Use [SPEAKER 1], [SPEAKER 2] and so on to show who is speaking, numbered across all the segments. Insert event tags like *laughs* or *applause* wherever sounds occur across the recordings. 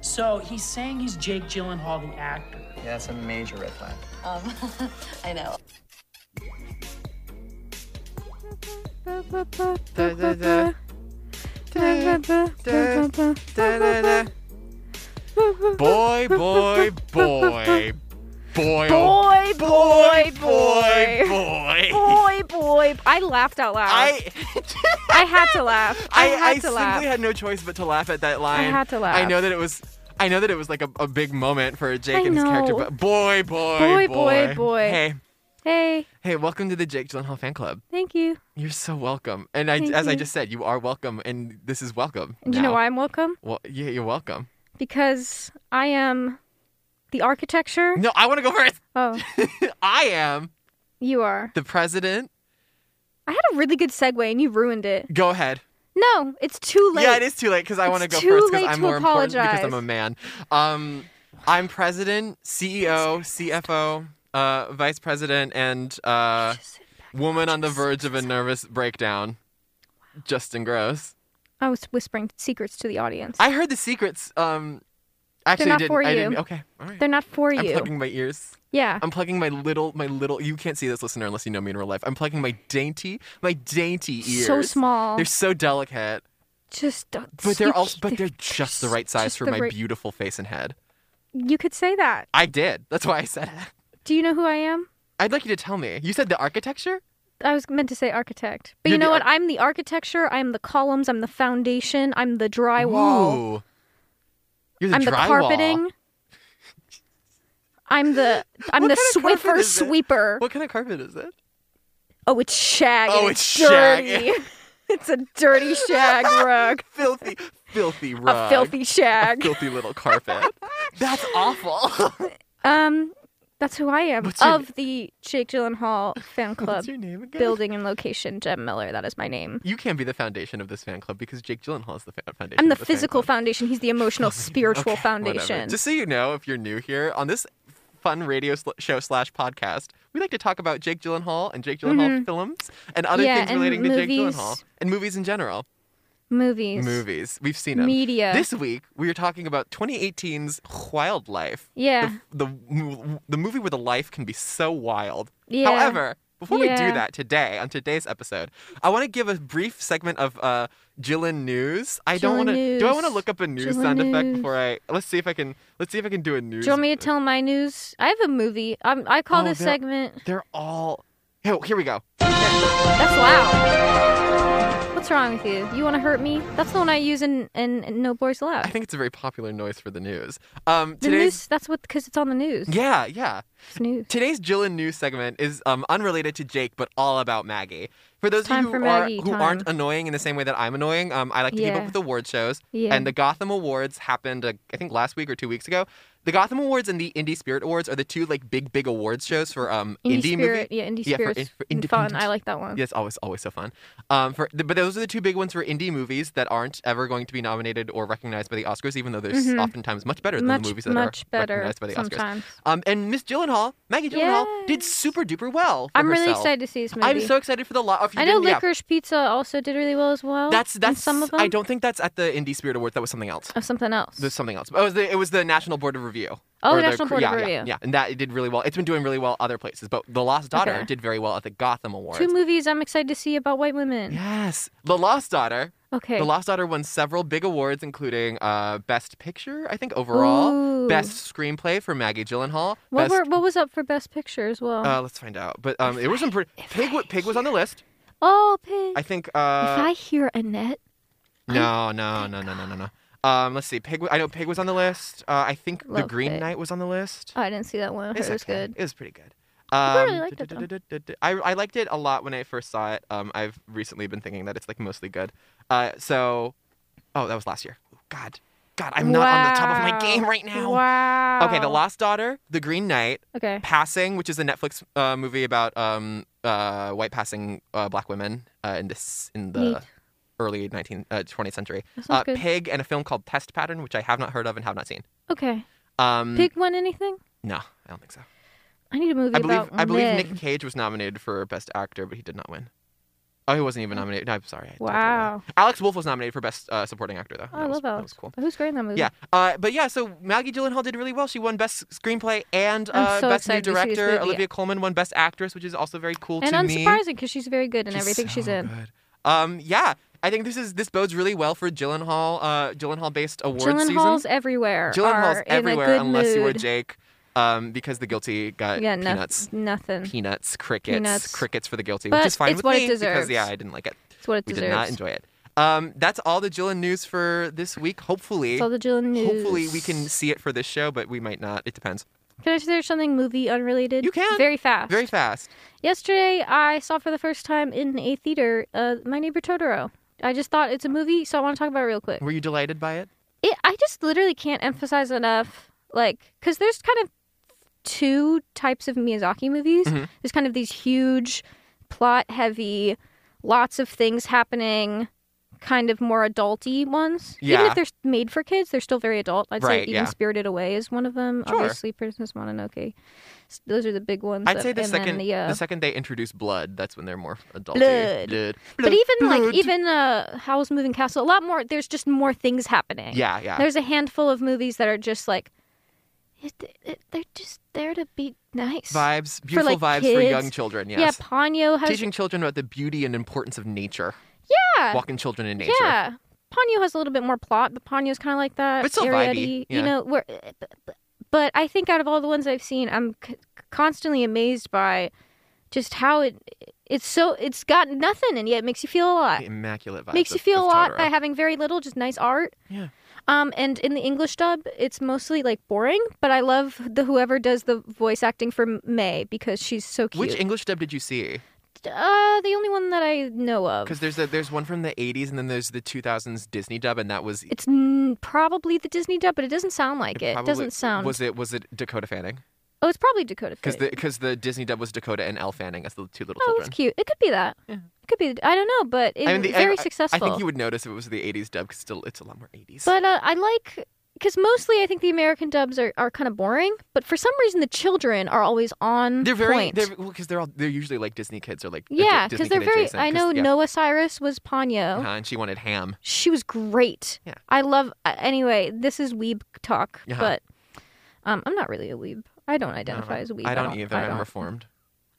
[SPEAKER 1] So he's saying he's Jake Gyllenhaal, the actor.
[SPEAKER 2] Yeah, that's a major red flag.
[SPEAKER 3] Um, *laughs* I know.
[SPEAKER 4] Boy, boy, boy. Boy,
[SPEAKER 5] Boy,
[SPEAKER 4] oh,
[SPEAKER 5] boy,
[SPEAKER 4] boy,
[SPEAKER 5] boy.
[SPEAKER 4] boy.
[SPEAKER 5] Boy, boy. I laughed out loud. I,
[SPEAKER 4] I,
[SPEAKER 5] had to laugh. I,
[SPEAKER 4] I, I
[SPEAKER 5] had to
[SPEAKER 4] simply
[SPEAKER 5] laugh.
[SPEAKER 4] had no choice but to laugh at that line.
[SPEAKER 5] had to laugh.
[SPEAKER 4] I know that it was. I know that it was like a, a big moment for Jake
[SPEAKER 5] I
[SPEAKER 4] and his character,
[SPEAKER 5] know.
[SPEAKER 4] but boy, boy,
[SPEAKER 5] Boy,
[SPEAKER 4] boy,
[SPEAKER 5] boy, boy.
[SPEAKER 4] Hey,
[SPEAKER 5] hey,
[SPEAKER 4] hey, welcome to the Jake Gyllenhaal fan club.
[SPEAKER 5] thank you.
[SPEAKER 4] You're so welcome, and I,
[SPEAKER 5] Thank
[SPEAKER 4] as I
[SPEAKER 5] you.
[SPEAKER 4] just said, you are welcome, and this is welcome.
[SPEAKER 5] And you know
[SPEAKER 4] now.
[SPEAKER 5] why I'm welcome?
[SPEAKER 4] Well, yeah, you're welcome.
[SPEAKER 5] Because I am the architecture.
[SPEAKER 4] No, I want to go first. *laughs*
[SPEAKER 5] Oh,
[SPEAKER 4] I am
[SPEAKER 5] you are.
[SPEAKER 4] the president.
[SPEAKER 5] I had a really good segue and you ruined it.
[SPEAKER 4] Go ahead.
[SPEAKER 5] No, it's too late.
[SPEAKER 4] Yeah, it is too late because I
[SPEAKER 5] It's
[SPEAKER 4] want to go
[SPEAKER 5] too
[SPEAKER 4] first because
[SPEAKER 5] late
[SPEAKER 4] I'm
[SPEAKER 5] to
[SPEAKER 4] more important because I'm a
[SPEAKER 5] apologize.
[SPEAKER 4] man. Um, I'm president, E CEO, CFO, uh, vice president, and uh, woman on the verge of a nervous breakdown. Justin Gross.
[SPEAKER 5] I was whispering secrets to the audience.
[SPEAKER 4] I heard the secrets. Um, actually,
[SPEAKER 5] not
[SPEAKER 4] didn't.
[SPEAKER 5] for
[SPEAKER 4] I
[SPEAKER 5] you.
[SPEAKER 4] didn't. Okay, all right.
[SPEAKER 5] They're not for
[SPEAKER 4] I'm
[SPEAKER 5] you.
[SPEAKER 4] plugging my ears.
[SPEAKER 5] Yeah.
[SPEAKER 4] I'm plugging my little, my little. You can't see this, listener, unless you know me in real life. I'm plugging my dainty, my dainty ears.
[SPEAKER 5] So small.
[SPEAKER 4] They're so delicate.
[SPEAKER 5] just don't
[SPEAKER 4] But they're
[SPEAKER 5] you-
[SPEAKER 4] also, but they're just the right size
[SPEAKER 5] just
[SPEAKER 4] for
[SPEAKER 5] the
[SPEAKER 4] my
[SPEAKER 5] right-
[SPEAKER 4] beautiful face and head.
[SPEAKER 5] You could say that.
[SPEAKER 4] I did. That's why I said it.
[SPEAKER 5] Do you know who I am?
[SPEAKER 4] I'd like you to tell me. You said the architecture.
[SPEAKER 5] I was meant to say architect. But
[SPEAKER 4] You're
[SPEAKER 5] you know
[SPEAKER 4] the
[SPEAKER 5] what?
[SPEAKER 4] arch-
[SPEAKER 5] I'm the architecture, I'm the columns, I'm the foundation, I'm the drywall,
[SPEAKER 4] Ooh. You're the
[SPEAKER 5] I'm the
[SPEAKER 4] drywall.
[SPEAKER 5] carpeting. I'm the I'm
[SPEAKER 4] What
[SPEAKER 5] the
[SPEAKER 4] kind of carpet
[SPEAKER 5] Swiffer
[SPEAKER 4] is it?
[SPEAKER 5] sweeper.
[SPEAKER 4] What kind of carpet is it?
[SPEAKER 5] Oh, it's shag. and
[SPEAKER 4] Oh,
[SPEAKER 5] it's
[SPEAKER 4] it's shag.
[SPEAKER 5] dirty.
[SPEAKER 4] *laughs*
[SPEAKER 5] *laughs* it's a dirty shag rug.
[SPEAKER 4] Filthy, filthy rug.
[SPEAKER 5] A filthy shag.
[SPEAKER 4] filthy little carpet.
[SPEAKER 5] *laughs*
[SPEAKER 4] That's awful.
[SPEAKER 5] Um, that's who I am.
[SPEAKER 4] What's your-
[SPEAKER 5] of the Jake Gyllenhaal fan club
[SPEAKER 4] What's your name again?
[SPEAKER 5] building and location, Jem Miller. That is my name.
[SPEAKER 4] You can't be the foundation of this fan club because Jake Gyllenhaal is the fa- foundation.
[SPEAKER 5] I'm the
[SPEAKER 4] of fan
[SPEAKER 5] physical
[SPEAKER 4] club.
[SPEAKER 5] foundation. He's the
[SPEAKER 4] *laughs*
[SPEAKER 5] emotional, spiritual
[SPEAKER 4] Whatever.
[SPEAKER 5] foundation.
[SPEAKER 4] Just so you know, if you're new here on this fun radio sl- show slash podcast, we like to talk about Jake Gyllenhaal and Jake Gyllenhaal films and other
[SPEAKER 5] Mm-hmm. Yeah,
[SPEAKER 4] things
[SPEAKER 5] and
[SPEAKER 4] relating to Jake
[SPEAKER 5] movies.
[SPEAKER 4] Gyllenhaal and movies in general.
[SPEAKER 5] Movies.
[SPEAKER 4] Movies. We've seen them.
[SPEAKER 5] Media.
[SPEAKER 4] This week, we are talking about 2018's Wildlife.
[SPEAKER 5] Yeah.
[SPEAKER 4] The, the, mo- the movie where the life can be so wild.
[SPEAKER 5] Yeah.
[SPEAKER 4] However, before we
[SPEAKER 5] Yeah.
[SPEAKER 4] do that today, on today's episode, I want to give a brief segment of uh, Jillian News. I don't
[SPEAKER 5] Jillian
[SPEAKER 4] want to. Do I
[SPEAKER 5] News.
[SPEAKER 4] want to look up a news
[SPEAKER 5] Jillian
[SPEAKER 4] sound effect
[SPEAKER 5] News.
[SPEAKER 4] before I? Let's see if I can. Let's see if I can do a news.
[SPEAKER 5] Do you want me to tell my news? I have a movie. i I call
[SPEAKER 4] Oh,
[SPEAKER 5] this
[SPEAKER 4] they're-
[SPEAKER 5] segment.
[SPEAKER 4] They're all. Here, here we go.
[SPEAKER 5] That's loud. What's wrong with you? You want to hurt me? That's the one I use in, in, in No Boys
[SPEAKER 4] I
[SPEAKER 5] Allowed.
[SPEAKER 4] think it's a very popular noise for the news. Um,
[SPEAKER 5] The
[SPEAKER 4] today's.
[SPEAKER 5] news. That's what because it's on the news.
[SPEAKER 4] Yeah, yeah.
[SPEAKER 5] It's news.
[SPEAKER 4] Today's Jill and News segment is um, unrelated to Jake, but all about Maggie. For those of
[SPEAKER 5] time
[SPEAKER 4] you
[SPEAKER 5] for
[SPEAKER 4] who, are,
[SPEAKER 5] Maggie
[SPEAKER 4] who
[SPEAKER 5] time.
[SPEAKER 4] aren't annoying in the same way that I'm annoying, um, I like to keep
[SPEAKER 5] Yeah.
[SPEAKER 4] up with award shows.
[SPEAKER 5] Yeah.
[SPEAKER 4] And the Gotham Awards happened, uh, I think, last week or two weeks ago. The Gotham Awards and the Indie Spirit Awards are the two like big, big awards shows for um,
[SPEAKER 5] Indie,
[SPEAKER 4] indie movie.
[SPEAKER 5] Spirit. Yeah, Indie
[SPEAKER 4] Yeah, for
[SPEAKER 5] Spirit's
[SPEAKER 4] in- for
[SPEAKER 5] fun.
[SPEAKER 4] independent-
[SPEAKER 5] I like that one.
[SPEAKER 4] Yeah, it's always always so fun. Um, for but those are the two big ones for indie movies that aren't ever going to be nominated or recognized by the Oscars, even though they're s- oftentimes much better than
[SPEAKER 5] Mm-hmm. much,
[SPEAKER 4] the movies that
[SPEAKER 5] much
[SPEAKER 4] are
[SPEAKER 5] better
[SPEAKER 4] recognized by the Oscars.
[SPEAKER 5] sometimes.
[SPEAKER 4] Um, and Miss Gyllenhaal, Maggie Gyllenhaal, did super duper well. for
[SPEAKER 5] I'm really
[SPEAKER 4] herself.
[SPEAKER 5] excited to see this movie.
[SPEAKER 4] I'm so excited for the lot.
[SPEAKER 5] I know
[SPEAKER 4] yeah,
[SPEAKER 5] Licorice Pizza also did really well as well.
[SPEAKER 4] That's
[SPEAKER 5] and
[SPEAKER 4] that's
[SPEAKER 5] some of them. Oh.
[SPEAKER 4] I don't think that's at the Indie Spirit Awards. That was something else.
[SPEAKER 5] of something else.
[SPEAKER 4] There's something else. Oh, It was the, it was the National Board of Review.
[SPEAKER 5] Oh,
[SPEAKER 4] Or the
[SPEAKER 5] National
[SPEAKER 4] cr-
[SPEAKER 5] Board of
[SPEAKER 4] yeah, yeah,
[SPEAKER 5] Review.
[SPEAKER 4] Yeah, and that it did really well. It's been doing really well other places, but The Lost Daughter
[SPEAKER 5] Okay.
[SPEAKER 4] did very well at the Gotham Awards.
[SPEAKER 5] Two movies I'm excited to see about white women.
[SPEAKER 4] Yes, The Lost Daughter.
[SPEAKER 5] Okay.
[SPEAKER 4] The Lost Daughter won several big awards, including uh, Best Picture, I think overall,
[SPEAKER 5] Ooh.
[SPEAKER 4] Best Screenplay for Maggie Gyllenhaal.
[SPEAKER 5] what
[SPEAKER 4] best,
[SPEAKER 5] were what was up for best picture as well?
[SPEAKER 4] uh, let's find out. But um, it was some pretty. Pig, wa- Pig was on the list.
[SPEAKER 5] oh, pig.
[SPEAKER 4] I think. Uh,
[SPEAKER 5] if I hear Annette,
[SPEAKER 4] No, no, no, no, no, no, no. Um, let's see. Pig. wa- I know Pig was on the list. Uh, I think The
[SPEAKER 5] Love
[SPEAKER 4] Green
[SPEAKER 5] Pig.
[SPEAKER 4] Knight was on the list.
[SPEAKER 5] oh, I didn't see that one. I heard
[SPEAKER 4] It's
[SPEAKER 5] it was
[SPEAKER 4] okay.
[SPEAKER 5] good.
[SPEAKER 4] It was pretty good.
[SPEAKER 5] I really
[SPEAKER 4] Um,
[SPEAKER 5] liked it, though.
[SPEAKER 4] du-du-du-du-du-du. I, I liked it a lot when I first saw it. Um, I've recently been thinking that it's like mostly good. Uh, so, oh, that was last year. Oh, God, God, I'm not on the top of my
[SPEAKER 5] Wow.
[SPEAKER 4] game right now.
[SPEAKER 5] Wow.
[SPEAKER 4] Okay, The Lost Daughter, The Green Knight,
[SPEAKER 5] Okay.
[SPEAKER 4] Passing, which is a Netflix uh, movie about um, uh, white passing uh, black women uh, in this in the
[SPEAKER 5] Neat.
[SPEAKER 4] early 19th, uh, 20th century.
[SPEAKER 5] That sounds
[SPEAKER 4] Uh,
[SPEAKER 5] good.
[SPEAKER 4] Pig and a film called Test Pattern, which I have not heard of and have not seen.
[SPEAKER 5] Okay.
[SPEAKER 4] Um,
[SPEAKER 5] Pig won anything?
[SPEAKER 4] No, I don't think so.
[SPEAKER 5] I need a movie
[SPEAKER 4] I believe
[SPEAKER 5] about
[SPEAKER 4] I believe
[SPEAKER 5] men.
[SPEAKER 4] Nick Cage was nominated for Best Actor, but he did not win. Oh, he wasn't even nominated. No, I'm sorry. I- I totally-
[SPEAKER 5] Mm. Wow.
[SPEAKER 4] Alex Wolf was nominated for Best uh, Supporting Actor, though.
[SPEAKER 5] Oh,
[SPEAKER 4] That
[SPEAKER 5] I
[SPEAKER 4] was-
[SPEAKER 5] love
[SPEAKER 4] That
[SPEAKER 5] Alex.
[SPEAKER 4] was cool.
[SPEAKER 5] Who's great in that movie?
[SPEAKER 4] Yeah, uh, but yeah, so Maggie Gyllenhaal did really well. She won Best Screenplay and
[SPEAKER 5] I'm
[SPEAKER 4] uh,
[SPEAKER 5] so
[SPEAKER 4] Best New
[SPEAKER 5] excited to see this
[SPEAKER 4] Director.
[SPEAKER 5] movie.
[SPEAKER 4] Olivia Colman won Best Actress, which is also very cool
[SPEAKER 5] And
[SPEAKER 4] to me.
[SPEAKER 5] unsurprising because she's very good in
[SPEAKER 4] She's
[SPEAKER 5] everything she's
[SPEAKER 4] so
[SPEAKER 5] in.
[SPEAKER 4] good. Um, yeah, I think this is this bodes really well for Gyllenhaal. Uh, Gyllenhaal-based award
[SPEAKER 5] Gyllenhaal's
[SPEAKER 4] season.
[SPEAKER 5] everywhere.
[SPEAKER 4] Gyllenhaal's
[SPEAKER 5] are in a
[SPEAKER 4] everywhere
[SPEAKER 5] good
[SPEAKER 4] unless
[SPEAKER 5] mood.
[SPEAKER 4] you were Jake, um, because the guilty got
[SPEAKER 5] Yeah, no,
[SPEAKER 4] peanuts,
[SPEAKER 5] nothing.
[SPEAKER 4] peanuts, crickets,
[SPEAKER 5] Mm-hmm. Peanuts.
[SPEAKER 4] crickets for the guilty,
[SPEAKER 5] But
[SPEAKER 4] which is fine
[SPEAKER 5] it's
[SPEAKER 4] with
[SPEAKER 5] what it
[SPEAKER 4] me because
[SPEAKER 5] deserves.
[SPEAKER 4] yeah, I didn't like it.
[SPEAKER 5] It's what it
[SPEAKER 4] We
[SPEAKER 5] deserves.
[SPEAKER 4] did not enjoy it. Um, that's all the Gyllen news for this week. Hopefully,
[SPEAKER 5] It's all the Jillian news.
[SPEAKER 4] hopefully we can see it for this show, but we might not. It depends.
[SPEAKER 5] Can I share something movie unrelated?
[SPEAKER 4] You can.
[SPEAKER 5] Very fast.
[SPEAKER 4] Very fast.
[SPEAKER 5] Yesterday, I saw for the first time in a theater uh, My Neighbor Totoro. I just thought it's a movie, so I want to talk about it real quick.
[SPEAKER 4] Were you delighted by it?
[SPEAKER 5] It, I just literally can't emphasize enough, like, because there's kind of two types of Miyazaki movies.
[SPEAKER 4] Mm-hmm.
[SPEAKER 5] There's kind of these huge, plot heavy, lots of things happening, kind of more adulty ones. Even
[SPEAKER 4] Yeah.
[SPEAKER 5] if they're s- made for kids, they're still very adult. I'd
[SPEAKER 4] Right,
[SPEAKER 5] say even
[SPEAKER 4] yeah.
[SPEAKER 5] Spirited Away is one of them.
[SPEAKER 4] Sure.
[SPEAKER 5] Obviously, Princess Mononoke. S- Those are the big ones.
[SPEAKER 4] I'd
[SPEAKER 5] that-
[SPEAKER 4] say the
[SPEAKER 5] and then
[SPEAKER 4] second
[SPEAKER 5] the, uh,
[SPEAKER 4] the second they introduce blood, that's when they're more adult.
[SPEAKER 5] Blood. but even like even uh howl's moving castle a lot more there's just more things happening
[SPEAKER 4] yeah, yeah.
[SPEAKER 5] there's a handful of movies that are just like it, it, they're just there to be nice
[SPEAKER 4] vibes, beautiful
[SPEAKER 5] like,
[SPEAKER 4] vibes for
[SPEAKER 5] kids.
[SPEAKER 4] young children. Yes.
[SPEAKER 5] yeah ponyo has
[SPEAKER 4] Teaching children about the beauty and importance of nature.
[SPEAKER 5] yeah
[SPEAKER 4] Walking children in nature.
[SPEAKER 5] yeah ponyo has a little bit more plot but ponyo's kind of like that
[SPEAKER 4] But it's still
[SPEAKER 5] Arrietty,
[SPEAKER 4] vibey, yeah.
[SPEAKER 5] you know where uh, but i think out of all the ones i've seen i'm c- constantly amazed by just how it it's so it's got nothing and yet it makes you feel a lot
[SPEAKER 4] The immaculate vibes.
[SPEAKER 5] makes you
[SPEAKER 4] of-
[SPEAKER 5] feel a
[SPEAKER 4] of
[SPEAKER 5] lot
[SPEAKER 4] Totoro.
[SPEAKER 5] by having very little, just nice art.
[SPEAKER 4] Yeah.
[SPEAKER 5] Um, and in the English dub, it's mostly like boring, but I love the whoever does the voice acting for M- May because she's so cute.
[SPEAKER 4] Which English dub did you see?
[SPEAKER 5] uh, the only one that I know of.
[SPEAKER 4] Because there's a, there's one from the 80s and then there's the 2000s Disney dub, and that was
[SPEAKER 5] It's n- probably the Disney dub, but it doesn't sound like it. It
[SPEAKER 4] probably-
[SPEAKER 5] doesn't sound.
[SPEAKER 4] Was it was it Dakota Fanning?
[SPEAKER 5] oh, it's probably Dakota.
[SPEAKER 4] Because
[SPEAKER 5] Fanning.
[SPEAKER 4] the because the Disney dub was Dakota and Elle Fanning as the two little
[SPEAKER 5] oh,
[SPEAKER 4] children.
[SPEAKER 5] it's cute. It could be that. It could be. I don't know, but it,
[SPEAKER 4] I mean, the,
[SPEAKER 5] very
[SPEAKER 4] I-
[SPEAKER 5] successful.
[SPEAKER 4] I think you would notice if it was the 80s dub because still it's a lot more 80s.
[SPEAKER 5] But uh, I like because mostly I think the American dubs are, are kind of boring, but for some reason the children are always on
[SPEAKER 4] they're very
[SPEAKER 5] point.
[SPEAKER 4] they're well because they're all they're usually like Disney kids or like a
[SPEAKER 5] yeah,
[SPEAKER 4] Di-
[SPEAKER 5] because
[SPEAKER 4] Disney
[SPEAKER 5] they're
[SPEAKER 4] kid
[SPEAKER 5] very.
[SPEAKER 4] adjacent,
[SPEAKER 5] I
[SPEAKER 4] 'cause-
[SPEAKER 5] know
[SPEAKER 4] yeah,
[SPEAKER 5] Noah Cyrus was Ponyo.
[SPEAKER 4] uh-huh, and she wanted ham.
[SPEAKER 5] She was great.
[SPEAKER 4] Yeah.
[SPEAKER 5] I love. Uh, anyway, this is weeb talk,
[SPEAKER 4] Uh-huh.
[SPEAKER 5] but um, I'm not really a weeb. I don't identify as a weeb.
[SPEAKER 4] I don't either.
[SPEAKER 5] I,
[SPEAKER 4] I'm
[SPEAKER 5] don't.
[SPEAKER 4] reformed.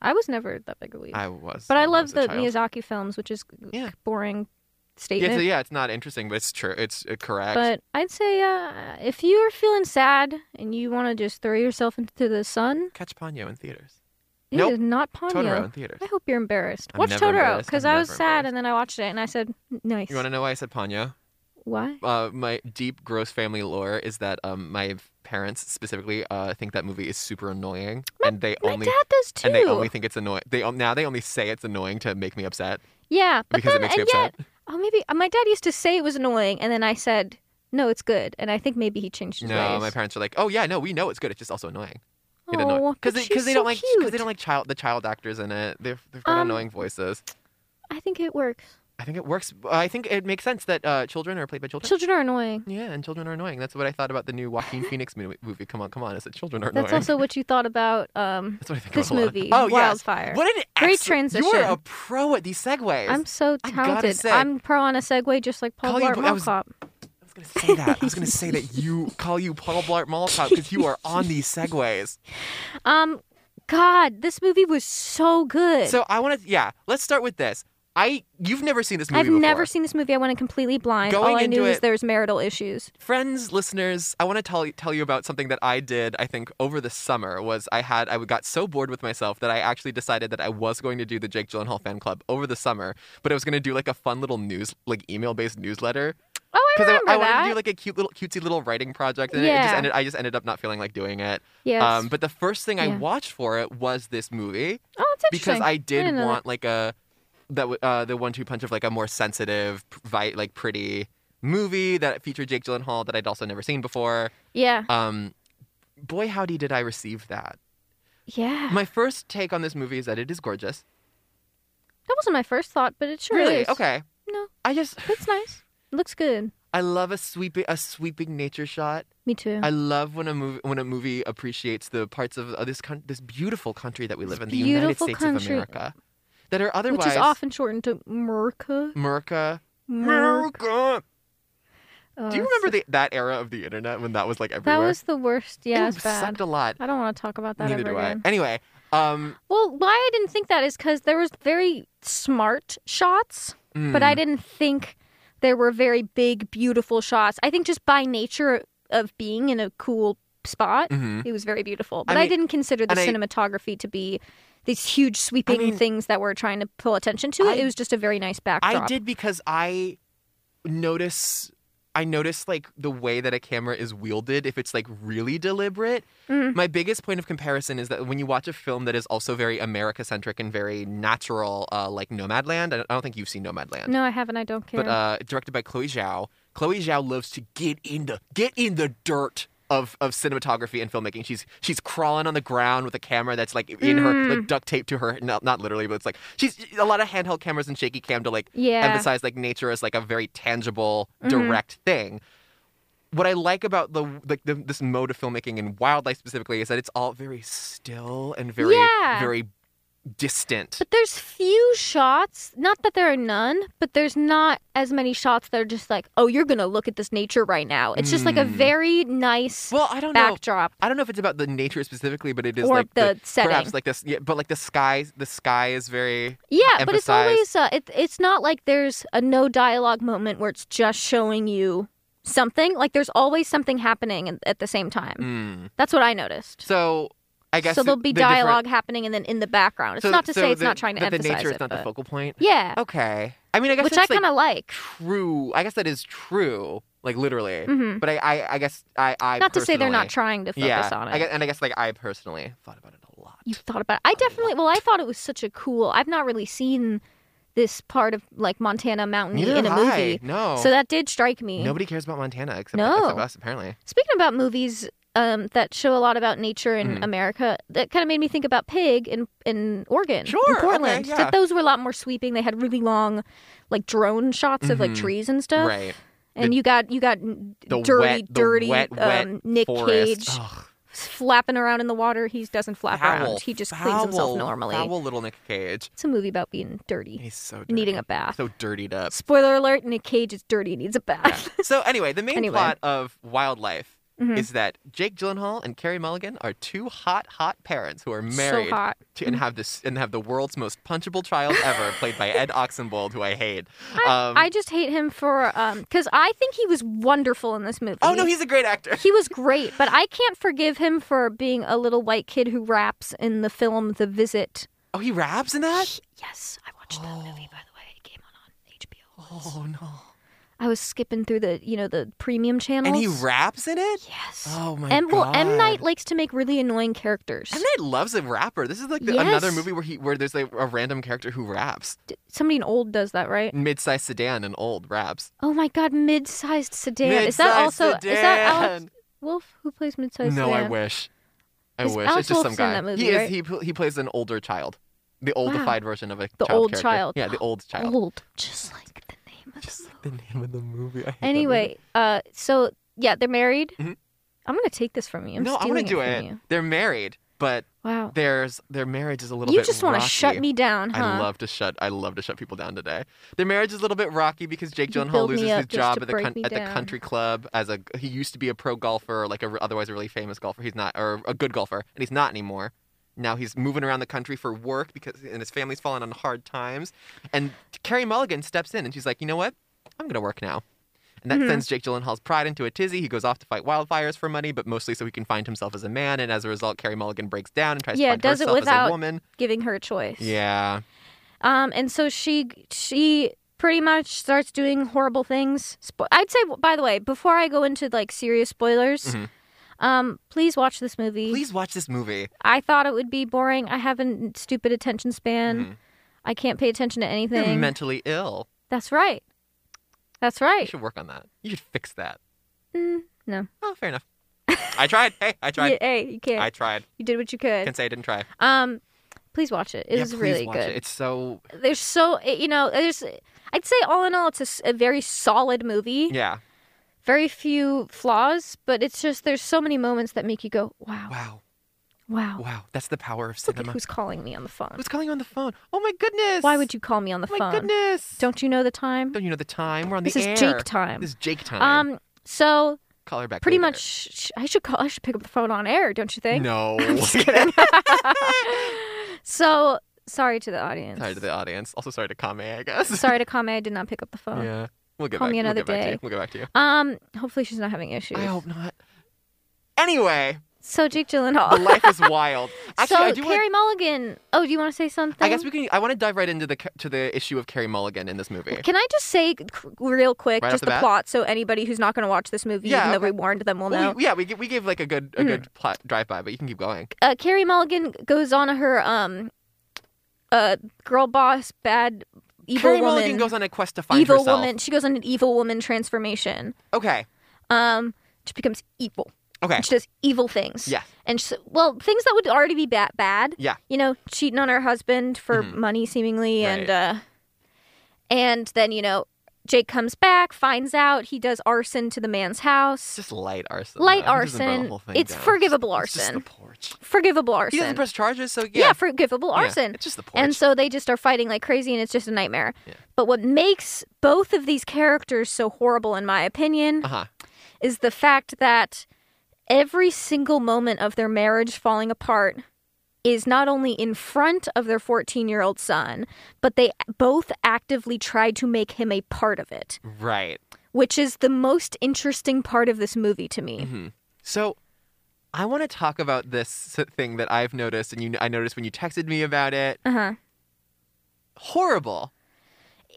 [SPEAKER 5] I was never that big a weeb.
[SPEAKER 4] I was.
[SPEAKER 5] but I
[SPEAKER 4] when
[SPEAKER 5] love
[SPEAKER 4] was
[SPEAKER 5] the
[SPEAKER 4] a child.
[SPEAKER 5] Miyazaki films, which is
[SPEAKER 4] Yeah.
[SPEAKER 5] boring
[SPEAKER 4] Yeah,
[SPEAKER 5] statement.
[SPEAKER 4] so, yeah, it's not interesting, but it's true. It's uh, correct.
[SPEAKER 5] But I'd say uh, if you're feeling sad and you want to just throw yourself into the sun,
[SPEAKER 4] Catch Ponyo in theaters.
[SPEAKER 5] it is
[SPEAKER 4] Nope.
[SPEAKER 5] not Ponyo.
[SPEAKER 4] Totoro in theaters.
[SPEAKER 5] I hope you're embarrassed.
[SPEAKER 4] I'm
[SPEAKER 5] Watch
[SPEAKER 4] never
[SPEAKER 5] Totoro
[SPEAKER 4] embarrassed.
[SPEAKER 5] because
[SPEAKER 4] I'm
[SPEAKER 5] I was
[SPEAKER 4] never
[SPEAKER 5] sad
[SPEAKER 4] embarrassed.
[SPEAKER 5] and then I watched it and I said, "Nice."
[SPEAKER 4] You want to know why I said Ponyo?
[SPEAKER 5] Why?
[SPEAKER 4] Uh, my deep, gross family lore is that um, my parents specifically uh, think that movie is super annoying, and they
[SPEAKER 5] My
[SPEAKER 4] only
[SPEAKER 5] dad does too.
[SPEAKER 4] and they only think it's annoying. They on- now they only say it's annoying to make me upset.
[SPEAKER 5] yeah, but
[SPEAKER 4] because
[SPEAKER 5] then
[SPEAKER 4] it makes you
[SPEAKER 5] and yet,
[SPEAKER 4] upset.
[SPEAKER 5] oh, maybe uh, my dad used to say it was annoying, and then I said, "No, it's good," and I think maybe he changed his
[SPEAKER 4] No,
[SPEAKER 5] ways.
[SPEAKER 4] my parents are like, oh yeah, no, we know it's good. It's just also annoying. It
[SPEAKER 5] Aw,
[SPEAKER 4] annoying
[SPEAKER 5] but
[SPEAKER 4] they
[SPEAKER 5] she's
[SPEAKER 4] they
[SPEAKER 5] so
[SPEAKER 4] don't like they
[SPEAKER 5] cute.
[SPEAKER 4] don't like child the child actors in it. They've they've got
[SPEAKER 5] Um,
[SPEAKER 4] annoying voices.
[SPEAKER 5] I think it works.
[SPEAKER 4] I think it works. I think it makes sense that uh, children are played by children.
[SPEAKER 5] Children are annoying.
[SPEAKER 4] yeah, and children are annoying. That's what I thought about the
[SPEAKER 5] *laughs*
[SPEAKER 4] new Joaquin Phoenix mo- movie. Come on, come on. Is that children are annoying?
[SPEAKER 5] That's also what you thought about. Um,
[SPEAKER 4] That's what I think
[SPEAKER 5] this
[SPEAKER 4] about a lot.
[SPEAKER 5] movie,
[SPEAKER 4] Oh, yes.
[SPEAKER 5] Wildfire.
[SPEAKER 4] What an
[SPEAKER 5] Great
[SPEAKER 4] excellent- You
[SPEAKER 5] transition.
[SPEAKER 4] are a pro at these segues.
[SPEAKER 5] I'm so
[SPEAKER 4] I gotta
[SPEAKER 5] talented.
[SPEAKER 4] say-
[SPEAKER 5] I'm pro on a segue, just like Paul
[SPEAKER 4] Call you-
[SPEAKER 5] Blart
[SPEAKER 4] I was-
[SPEAKER 5] Mall Cop.
[SPEAKER 4] I was gonna say that. I was gonna say
[SPEAKER 5] *laughs*
[SPEAKER 4] that you call you Paul Blart Mall Cop because you are on these segues.
[SPEAKER 5] Um, God, this movie was so good.
[SPEAKER 4] So I want to, yeah. Let's start with this. I you've never seen this movie.
[SPEAKER 5] I've
[SPEAKER 4] before.
[SPEAKER 5] never seen this movie. I went in completely blind.
[SPEAKER 4] Going
[SPEAKER 5] All I
[SPEAKER 4] into
[SPEAKER 5] knew is
[SPEAKER 4] it-
[SPEAKER 5] there's marital issues.
[SPEAKER 4] friends, listeners. I want to tell tell you about something that I did. I think over the summer was I had I got so bored with myself that I actually decided that I was going to do the Jake Gyllenhaal fan club over the summer, but I was going to do like a fun little news like email based newsletter
[SPEAKER 5] Oh, I
[SPEAKER 4] I,
[SPEAKER 5] remember
[SPEAKER 4] I wanted
[SPEAKER 5] that.
[SPEAKER 4] to do like a cute little cutesy little writing project, and it just
[SPEAKER 5] Yeah.
[SPEAKER 4] ended. I just ended up not feeling like doing it.
[SPEAKER 5] Yes.
[SPEAKER 4] Um, but the first thing I
[SPEAKER 5] Yeah.
[SPEAKER 4] watched for it was this movie
[SPEAKER 5] oh, it's interesting.
[SPEAKER 4] because I did
[SPEAKER 5] didn't know that.
[SPEAKER 4] want like a that w- uh, the one two punch of like a more sensitive, p- vi- like pretty movie that featured Jake Gyllenhaal that I'd also never seen before.
[SPEAKER 5] Yeah.
[SPEAKER 4] Um, boy, howdy did I
[SPEAKER 5] *sighs*
[SPEAKER 4] receive that!
[SPEAKER 5] Yeah.
[SPEAKER 4] My first take on this movie is that it is gorgeous.
[SPEAKER 5] that wasn't my first thought, but it sure
[SPEAKER 4] really?
[SPEAKER 5] is.
[SPEAKER 4] Okay.
[SPEAKER 5] No,
[SPEAKER 4] I just
[SPEAKER 5] it's nice. It looks good.
[SPEAKER 4] I love a sweeping a sweeping nature shot.
[SPEAKER 5] Me too.
[SPEAKER 4] I love when a movie when a movie appreciates the parts of uh, this con- this beautiful country that we live in, the United
[SPEAKER 5] beautiful
[SPEAKER 4] States of
[SPEAKER 5] country.
[SPEAKER 4] America. that are otherwise
[SPEAKER 5] which is often shortened to Merca.
[SPEAKER 4] Merca.
[SPEAKER 5] Merc. Oh,
[SPEAKER 4] Merca. Do you
[SPEAKER 5] that's-
[SPEAKER 4] remember the, that era of the internet when that was like
[SPEAKER 5] That
[SPEAKER 4] everywhere?
[SPEAKER 5] was the worst. Yeah,
[SPEAKER 4] it
[SPEAKER 5] it's bad.
[SPEAKER 4] sucked a lot.
[SPEAKER 5] I don't want to talk about that
[SPEAKER 4] Neither
[SPEAKER 5] ever
[SPEAKER 4] do I.
[SPEAKER 5] again.
[SPEAKER 4] Anyway, um,
[SPEAKER 5] Well, why I didn't think that is because there was very smart shots,
[SPEAKER 4] hmm.
[SPEAKER 5] but I didn't think there were very big, beautiful shots. I think just by nature of being in a cool spot,
[SPEAKER 4] Mhm.
[SPEAKER 5] it was very beautiful. But I,
[SPEAKER 4] mean-
[SPEAKER 5] didn't consider the
[SPEAKER 4] and I-
[SPEAKER 5] cinematography to be these huge, sweeping
[SPEAKER 4] mean-
[SPEAKER 5] things that were trying to pull attention to it.
[SPEAKER 4] I-
[SPEAKER 5] It was just a very nice backdrop.
[SPEAKER 4] I did because I notice I notice like the way that a camera is wielded if it's like really deliberate. My biggest point of comparison is that when you watch a film that is also very America centric and very natural, uh, like Nomadland. I don't- I don't think you've seen Nomadland.
[SPEAKER 5] No, I haven't. I don't care.
[SPEAKER 4] But uh, directed by Chloe Zhao. Chloe Zhao loves to get in the get in the dirt of, of cinematography and filmmaking. She's she's crawling on the ground with a camera that's like in
[SPEAKER 5] Hmm.
[SPEAKER 4] her like duct taped to her not not literally, but it's like she's a lot of handheld cameras and shaky cam to like
[SPEAKER 5] Yeah. Mm-hmm.
[SPEAKER 4] emphasize like nature as like a very tangible, direct thing. What I like about the like the, this mode of filmmaking in wildlife specifically is that it's all very still and very
[SPEAKER 5] Yeah.
[SPEAKER 4] very distant.
[SPEAKER 5] But there's few shots, not that there are none, but there's not as many shots that are just like, oh, you're going to look at this nature right now. It's just like a very nice
[SPEAKER 4] Hmm. well, I don't know.
[SPEAKER 5] backdrop.
[SPEAKER 4] I don't know if it's about the nature specifically, but it is
[SPEAKER 5] Or
[SPEAKER 4] like
[SPEAKER 5] the setting.
[SPEAKER 4] Perhaps like this, yeah, but like the sky, the sky is very
[SPEAKER 5] Yeah, but it's
[SPEAKER 4] emphasized.
[SPEAKER 5] always, uh, it, it's not like there's a no dialogue moment where it's just showing you something. Like there's always something happening in- at the same time.
[SPEAKER 4] Mm.
[SPEAKER 5] That's what I noticed.
[SPEAKER 4] So I guess
[SPEAKER 5] so there'll
[SPEAKER 4] the-
[SPEAKER 5] be
[SPEAKER 4] the different-
[SPEAKER 5] dialogue happening and then in the background. It's
[SPEAKER 4] so-
[SPEAKER 5] not to
[SPEAKER 4] so
[SPEAKER 5] say it's
[SPEAKER 4] the-
[SPEAKER 5] not trying to
[SPEAKER 4] that
[SPEAKER 5] emphasize
[SPEAKER 4] The nature
[SPEAKER 5] it.
[SPEAKER 4] is not the
[SPEAKER 5] but-
[SPEAKER 4] focal point.
[SPEAKER 5] Yeah,
[SPEAKER 4] Okay. I mean, I guess
[SPEAKER 5] which I
[SPEAKER 4] that's,
[SPEAKER 5] kind
[SPEAKER 4] like,
[SPEAKER 5] of like.
[SPEAKER 4] true. I guess that is true, like literally.
[SPEAKER 5] Mhm.
[SPEAKER 4] But I, I, I guess I, I
[SPEAKER 5] Not to say they're not
[SPEAKER 4] personally-
[SPEAKER 5] trying to focus
[SPEAKER 4] yeah,
[SPEAKER 5] on it.
[SPEAKER 4] I guess, and I guess like I personally thought about it a lot.
[SPEAKER 5] you thought about it. I definitely well, I thought it was such a cool. I've not really seen this part of like Montana Mountain
[SPEAKER 4] Neither
[SPEAKER 5] in a
[SPEAKER 4] have
[SPEAKER 5] movie.
[SPEAKER 4] I. No.
[SPEAKER 5] So that did strike me.
[SPEAKER 4] Nobody cares about Montana except,
[SPEAKER 5] No.
[SPEAKER 4] except us, apparently.
[SPEAKER 5] Speaking about movies um, that show a lot about nature in
[SPEAKER 4] Mm-hmm.
[SPEAKER 5] America, that kind of made me think about Pig in in Oregon,
[SPEAKER 4] Sure,
[SPEAKER 5] in
[SPEAKER 4] okay,
[SPEAKER 5] Portland.
[SPEAKER 4] yeah.
[SPEAKER 5] That those were a lot more sweeping. They had really long, like drone shots of like
[SPEAKER 4] Mhm.
[SPEAKER 5] trees and stuff.
[SPEAKER 4] Right.
[SPEAKER 5] And
[SPEAKER 4] The-
[SPEAKER 5] you got you got
[SPEAKER 4] The
[SPEAKER 5] dirty,
[SPEAKER 4] wet, the
[SPEAKER 5] dirty
[SPEAKER 4] wet, wet
[SPEAKER 5] um, Nick
[SPEAKER 4] forest. Oh,
[SPEAKER 5] Cage
[SPEAKER 4] Ugh.
[SPEAKER 5] flapping around in the water. He doesn't flap
[SPEAKER 4] Foul,
[SPEAKER 5] around. He just cleans himself
[SPEAKER 4] foul,
[SPEAKER 5] normally.
[SPEAKER 4] Foul little Nick Cage.
[SPEAKER 5] It's a movie about being dirty.
[SPEAKER 4] He's so dirty.
[SPEAKER 5] needing a bath.
[SPEAKER 4] So
[SPEAKER 5] *laughs*
[SPEAKER 4] dirtied up.
[SPEAKER 5] Spoiler alert: Nick Cage is dirty and needs a
[SPEAKER 4] *laughs*
[SPEAKER 5] bath.
[SPEAKER 4] So anyway, the main
[SPEAKER 5] Anyway. Mm-hmm.
[SPEAKER 4] plot of Wildlife is that Jake Gyllenhaal and Carrie Mulligan are two hot, hot parents who are married
[SPEAKER 5] hot.
[SPEAKER 4] To, and have this and have the world's most punchable child
[SPEAKER 5] *laughs*
[SPEAKER 4] ever, played by Ed Oxenbold, who I hate. Um,
[SPEAKER 5] I just hate him for um because I think he was wonderful in this movie.
[SPEAKER 4] oh no, he's a great actor.
[SPEAKER 5] he was great, but I can't forgive him for being a little white kid who raps in the film The Visit.
[SPEAKER 4] Oh, he raps in that.
[SPEAKER 5] Yes, I watched that movie by the way. It came on on HBO.
[SPEAKER 4] Oh no,
[SPEAKER 5] I was skipping through the you know the premium channels.
[SPEAKER 4] and he raps in it.
[SPEAKER 5] Yes.
[SPEAKER 4] Oh my
[SPEAKER 5] M- Well, M
[SPEAKER 4] God.
[SPEAKER 5] Night likes to make really annoying characters.
[SPEAKER 4] M Night loves a rapper. This is like the,
[SPEAKER 5] Yes.
[SPEAKER 4] another movie where he where there's like a random character who raps.
[SPEAKER 5] Somebody in old does that, right?
[SPEAKER 4] Mid-sized sedan and old raps.
[SPEAKER 5] Oh my God, mid-sized sedan. is that also
[SPEAKER 4] Mid-sized
[SPEAKER 5] is that Alex
[SPEAKER 4] sedan.
[SPEAKER 5] Wolf who plays mid-sized
[SPEAKER 4] No,
[SPEAKER 5] sedan?
[SPEAKER 4] I wish. I
[SPEAKER 5] Is
[SPEAKER 4] wish.
[SPEAKER 5] Alex
[SPEAKER 4] it's just some
[SPEAKER 5] Wolf's in
[SPEAKER 4] guy.
[SPEAKER 5] that movie,
[SPEAKER 4] he is.
[SPEAKER 5] right?
[SPEAKER 4] He pl- he plays an older child, the oldified version of a
[SPEAKER 5] The
[SPEAKER 4] child
[SPEAKER 5] old
[SPEAKER 4] character.
[SPEAKER 5] child.
[SPEAKER 4] Yeah, the old child.
[SPEAKER 5] Old, just like the name of
[SPEAKER 4] Just
[SPEAKER 5] the
[SPEAKER 4] like the name of the movie. I hate that
[SPEAKER 5] Anyway, uh, so yeah, they're married.
[SPEAKER 4] Mhm.
[SPEAKER 5] I'm gonna take this from you. I'm
[SPEAKER 4] movie. no, I
[SPEAKER 5] want to
[SPEAKER 4] do
[SPEAKER 5] it.
[SPEAKER 4] it.
[SPEAKER 5] from you.
[SPEAKER 4] They're married, but
[SPEAKER 5] Wow,
[SPEAKER 4] there's their marriage is a little
[SPEAKER 5] you
[SPEAKER 4] bit.
[SPEAKER 5] just
[SPEAKER 4] want to
[SPEAKER 5] shut me down, huh?
[SPEAKER 4] I love to shut. I love to shut people down today. Their marriage is a little bit rocky because Jake
[SPEAKER 5] You
[SPEAKER 4] Gyllenhaal
[SPEAKER 5] build me
[SPEAKER 4] loses
[SPEAKER 5] up
[SPEAKER 4] his
[SPEAKER 5] just
[SPEAKER 4] job
[SPEAKER 5] to
[SPEAKER 4] at the
[SPEAKER 5] break
[SPEAKER 4] coun-
[SPEAKER 5] me
[SPEAKER 4] at the
[SPEAKER 5] down.
[SPEAKER 4] country club as a. He used to be a pro golfer, like a otherwise a really famous golfer. He's not, or a good golfer, and he's not anymore. Now he's moving around the country for work because, and his family's fallen on hard times. And Carrie Mulligan steps in and she's like, you know what? I'm gonna work now. And that
[SPEAKER 5] Mm-hmm.
[SPEAKER 4] sends Jake Gyllenhaal's pride into a tizzy. He goes off to fight wildfires for money, but mostly so he can find himself as a man. And as a result, Carrie Mulligan breaks down and tries
[SPEAKER 5] Yeah,
[SPEAKER 4] to find
[SPEAKER 5] does it
[SPEAKER 4] herself as
[SPEAKER 5] without-
[SPEAKER 4] a woman.
[SPEAKER 5] giving her a choice.
[SPEAKER 4] Yeah.
[SPEAKER 5] Um, and so she she pretty much starts doing horrible things. Spo- I'd say, by the way, before I go into like serious spoilers,
[SPEAKER 4] Mhm.
[SPEAKER 5] um, please watch this movie.
[SPEAKER 4] Please watch this movie.
[SPEAKER 5] I thought it would be boring. I have a stupid attention span.
[SPEAKER 4] Mm-hmm.
[SPEAKER 5] I can't pay attention to
[SPEAKER 4] *laughs* You're
[SPEAKER 5] anything.
[SPEAKER 4] mentally ill.
[SPEAKER 5] That's right. That's
[SPEAKER 4] You
[SPEAKER 5] right.
[SPEAKER 4] should work on that. You should fix that.
[SPEAKER 5] Mm, no.
[SPEAKER 4] Oh, fair enough. I tried. Hey, I
[SPEAKER 5] You,
[SPEAKER 4] tried.
[SPEAKER 5] hey, you can't.
[SPEAKER 4] I tried.
[SPEAKER 5] you did what you
[SPEAKER 4] Can
[SPEAKER 5] could.
[SPEAKER 4] say I didn't try.
[SPEAKER 5] Um, please watch it. It
[SPEAKER 4] yeah,
[SPEAKER 5] is
[SPEAKER 4] please
[SPEAKER 5] really
[SPEAKER 4] watch
[SPEAKER 5] good.
[SPEAKER 4] It. It's so
[SPEAKER 5] There's so it- you know there's. I'd say all in all, it's a s- a, very solid movie.
[SPEAKER 4] yeah.
[SPEAKER 5] Very few flaws, but it's just there's so many moments that make you go, "Wow,
[SPEAKER 4] Wow.
[SPEAKER 5] Wow.
[SPEAKER 4] Wow, that's the power of
[SPEAKER 5] Look at
[SPEAKER 4] cinema.
[SPEAKER 5] who's calling me on the phone.
[SPEAKER 4] Who's calling on the phone? Oh my goodness!
[SPEAKER 5] Why would you call me on the
[SPEAKER 4] Oh my
[SPEAKER 5] phone?
[SPEAKER 4] goodness!
[SPEAKER 5] Don't you know the time?
[SPEAKER 4] Don't you know the time? We're on
[SPEAKER 5] This
[SPEAKER 4] the
[SPEAKER 5] is
[SPEAKER 4] air.
[SPEAKER 5] Jake time.
[SPEAKER 4] This is Jake time.
[SPEAKER 5] Um. So
[SPEAKER 4] call her back.
[SPEAKER 5] pretty
[SPEAKER 4] later.
[SPEAKER 5] much, sh- I should call. I should pick up the phone on air, don't you think? *laughs*
[SPEAKER 4] No. *laughs*
[SPEAKER 5] So sorry to the audience.
[SPEAKER 4] sorry to the audience. Also sorry to Kame, I *laughs* guess.
[SPEAKER 5] Sorry to Kame. I did not pick up the phone.
[SPEAKER 4] Yeah. We'll get
[SPEAKER 5] Call
[SPEAKER 4] back.
[SPEAKER 5] me another
[SPEAKER 4] we'll get back to
[SPEAKER 5] day.
[SPEAKER 4] you. We'll get back to you.
[SPEAKER 5] Um. Hopefully she's not having issues.
[SPEAKER 4] I hope not. Anyway,
[SPEAKER 5] So Jake
[SPEAKER 4] the
[SPEAKER 5] Gyllenhaal.
[SPEAKER 4] life is wild.
[SPEAKER 5] *laughs*
[SPEAKER 4] Actually,
[SPEAKER 5] so
[SPEAKER 4] I do. wanna-
[SPEAKER 5] Carrie Mulligan. Oh, do you want to say something?
[SPEAKER 4] I guess we can. I want to dive right into the to the issue of Carrie Mulligan in this movie.
[SPEAKER 5] Can I just say c- real quick
[SPEAKER 4] Right off
[SPEAKER 5] just
[SPEAKER 4] the
[SPEAKER 5] the,
[SPEAKER 4] bat?
[SPEAKER 5] plot so anybody who's not going to watch this movie,
[SPEAKER 4] Yeah,
[SPEAKER 5] even though
[SPEAKER 4] okay.
[SPEAKER 5] we warned them, will know.
[SPEAKER 4] Well, we- yeah, we, g- we gave like a good
[SPEAKER 5] Hmm.
[SPEAKER 4] a good plot drive by, but you can keep going.
[SPEAKER 5] uh, Carrie Mulligan goes on her um, uh, girl boss, bad, evil
[SPEAKER 4] Carrie
[SPEAKER 5] woman,
[SPEAKER 4] Mulligan goes on a quest to find
[SPEAKER 5] evil
[SPEAKER 4] herself.
[SPEAKER 5] woman. She goes on an evil woman transformation.
[SPEAKER 4] Okay.
[SPEAKER 5] Um, she becomes evil.
[SPEAKER 4] Okay.
[SPEAKER 5] And she does evil things.
[SPEAKER 4] Yeah.
[SPEAKER 5] And she, well, things that would already be ba- bad.
[SPEAKER 4] Yeah. Mm-hmm.
[SPEAKER 5] You know, cheating on her husband for money, seemingly, and uh, and then you know, Jake comes back, finds out he does arson to the man's house.
[SPEAKER 4] It's just light arson.
[SPEAKER 5] Light
[SPEAKER 4] though. He doesn't burn the
[SPEAKER 5] arson.
[SPEAKER 4] whole thing
[SPEAKER 5] It's
[SPEAKER 4] down.
[SPEAKER 5] forgivable
[SPEAKER 4] It's just the
[SPEAKER 5] arson.
[SPEAKER 4] porch.
[SPEAKER 5] Forgivable
[SPEAKER 4] He doesn't
[SPEAKER 5] arson.
[SPEAKER 4] press charges, so yeah.
[SPEAKER 5] yeah. forgivable
[SPEAKER 4] Yeah,
[SPEAKER 5] arson.
[SPEAKER 4] It's just the porch.
[SPEAKER 5] And so they just are fighting like crazy, and it's just a nightmare.
[SPEAKER 4] Yeah.
[SPEAKER 5] But what makes both of these characters so horrible, in my opinion,
[SPEAKER 4] uh huh.
[SPEAKER 5] is the fact that every single moment of their marriage falling apart is not only in front of their 14 year old son, but they both actively try to make him a part of it,
[SPEAKER 4] Right.
[SPEAKER 5] which is the most interesting part of this movie to me.
[SPEAKER 4] Mm-hmm. So, I want to talk about this s- thing that I've noticed, and you, I noticed when you texted me about it.
[SPEAKER 5] Uh huh.
[SPEAKER 4] Horrible.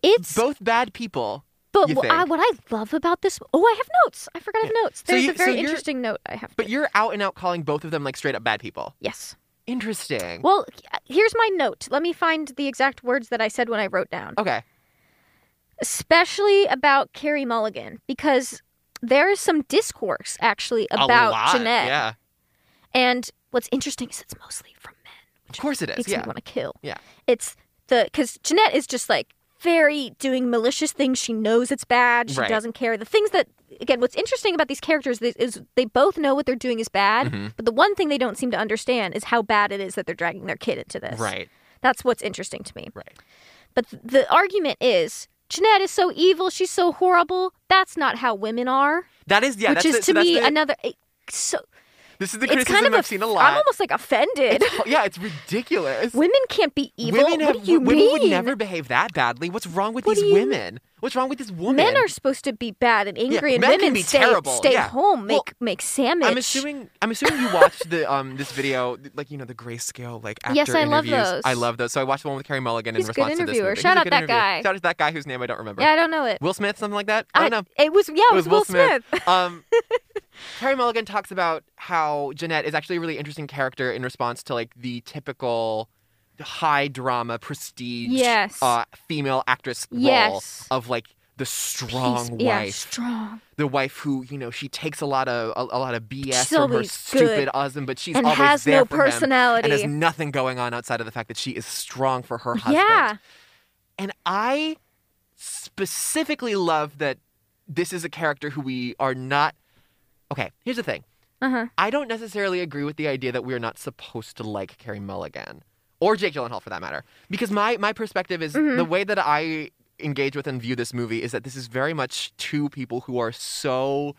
[SPEAKER 5] It's
[SPEAKER 4] Both bad people.
[SPEAKER 5] but
[SPEAKER 4] you
[SPEAKER 5] wh- I,
[SPEAKER 4] think.
[SPEAKER 5] what I love about this. Oh, I have notes. I forgot I have notes.
[SPEAKER 4] So
[SPEAKER 5] There's
[SPEAKER 4] you-
[SPEAKER 5] a very
[SPEAKER 4] so you're-
[SPEAKER 5] interesting note I have.
[SPEAKER 4] But you're out and out calling both of them like straight up bad people.
[SPEAKER 5] yes.
[SPEAKER 4] Interesting.
[SPEAKER 5] Well, h- here's my note. Let me find the exact words that I said when I wrote down.
[SPEAKER 4] okay.
[SPEAKER 5] especially about Carrie Mulligan because there is some discourse actually
[SPEAKER 4] a
[SPEAKER 5] about
[SPEAKER 4] lot.
[SPEAKER 5] Jeanette.
[SPEAKER 4] Yeah.
[SPEAKER 5] And what's interesting is it's mostly from men.
[SPEAKER 4] Of course it is.
[SPEAKER 5] Makes
[SPEAKER 4] Yeah.
[SPEAKER 5] me want to kill.
[SPEAKER 4] Yeah.
[SPEAKER 5] It's the because Jeanette is just like very doing malicious things. She knows it's bad. She
[SPEAKER 4] Right.
[SPEAKER 5] doesn't care. The things that again, what's interesting about these characters is, is they both know what they're doing is bad,
[SPEAKER 4] Mm-hmm.
[SPEAKER 5] but the one thing they don't seem to understand is how bad it is that they're dragging their kid into this.
[SPEAKER 4] Right.
[SPEAKER 5] That's what's interesting to me.
[SPEAKER 4] Right.
[SPEAKER 5] But th- the argument is Jeanette is so evil, she's so horrible. That's not how women are,
[SPEAKER 4] That is yeah.
[SPEAKER 5] which
[SPEAKER 4] that's
[SPEAKER 5] is
[SPEAKER 4] the-
[SPEAKER 5] to
[SPEAKER 4] so that's
[SPEAKER 5] me
[SPEAKER 4] the-
[SPEAKER 5] another. it- So
[SPEAKER 4] This is the
[SPEAKER 5] it's
[SPEAKER 4] criticism
[SPEAKER 5] kind of a,
[SPEAKER 4] I've seen a
[SPEAKER 5] I'm
[SPEAKER 4] lot.
[SPEAKER 5] almost like offended.
[SPEAKER 4] yeah, it's
[SPEAKER 5] *laughs*
[SPEAKER 4] ridiculous.
[SPEAKER 5] women can't be evil.
[SPEAKER 4] Women, have,
[SPEAKER 5] what do you
[SPEAKER 4] women
[SPEAKER 5] mean?
[SPEAKER 4] would never behave that badly. What's wrong with
[SPEAKER 5] What
[SPEAKER 4] these
[SPEAKER 5] do you-
[SPEAKER 4] women? What's wrong with this woman?
[SPEAKER 5] Men are supposed to be bad and angry, and
[SPEAKER 4] men can
[SPEAKER 5] women
[SPEAKER 4] be
[SPEAKER 5] stay
[SPEAKER 4] terrible,
[SPEAKER 5] stay
[SPEAKER 4] yeah.
[SPEAKER 5] home,
[SPEAKER 4] Well,
[SPEAKER 5] make make sandwich.
[SPEAKER 4] I'm assuming. I'm assuming you watched the um this video, like you know the grayscale like actor
[SPEAKER 5] Yes, I love
[SPEAKER 4] interviews.
[SPEAKER 5] those.
[SPEAKER 4] I love those. So I watched the one with Carrie Mulligan
[SPEAKER 5] He's
[SPEAKER 4] in
[SPEAKER 5] a good
[SPEAKER 4] response to this
[SPEAKER 5] interviewer.
[SPEAKER 4] movie.
[SPEAKER 5] Shout
[SPEAKER 4] He's a
[SPEAKER 5] out
[SPEAKER 4] good
[SPEAKER 5] that
[SPEAKER 4] interviewer.
[SPEAKER 5] guy.
[SPEAKER 4] Shout out to that guy whose name I don't remember.
[SPEAKER 5] yeah, I don't know it.
[SPEAKER 4] Will Smith, something like that. I don't know.
[SPEAKER 5] It was yeah, *laughs* it was Will Smith. *laughs*
[SPEAKER 4] *laughs* um, Carrie Mulligan talks about how Jeanette is actually a really interesting character in response to like the typical high drama prestige
[SPEAKER 5] Yes.
[SPEAKER 4] uh, female actress role
[SPEAKER 5] Yes.
[SPEAKER 4] of like the strong
[SPEAKER 5] He's-
[SPEAKER 4] wife,
[SPEAKER 5] yeah, strong
[SPEAKER 4] the wife who you know she takes a lot of a, a lot of BS
[SPEAKER 5] She's
[SPEAKER 4] from her
[SPEAKER 5] always
[SPEAKER 4] stupid
[SPEAKER 5] good.
[SPEAKER 4] husband, but she's
[SPEAKER 5] and
[SPEAKER 4] always
[SPEAKER 5] has
[SPEAKER 4] there
[SPEAKER 5] no
[SPEAKER 4] for him
[SPEAKER 5] personality.
[SPEAKER 4] and has nothing going on outside of the fact that she is strong for her husband.
[SPEAKER 5] yeah,
[SPEAKER 4] And I specifically love that this is a character who we are not. Okay, here's the thing.
[SPEAKER 5] uh huh.
[SPEAKER 4] I don't necessarily agree with the idea that we are not supposed to like Carrie Mulligan or Jake Gyllenhaal for that matter, because my my perspective is
[SPEAKER 5] Mm-hmm.
[SPEAKER 4] the way that I engage with and view this movie is that this is very much two people who are so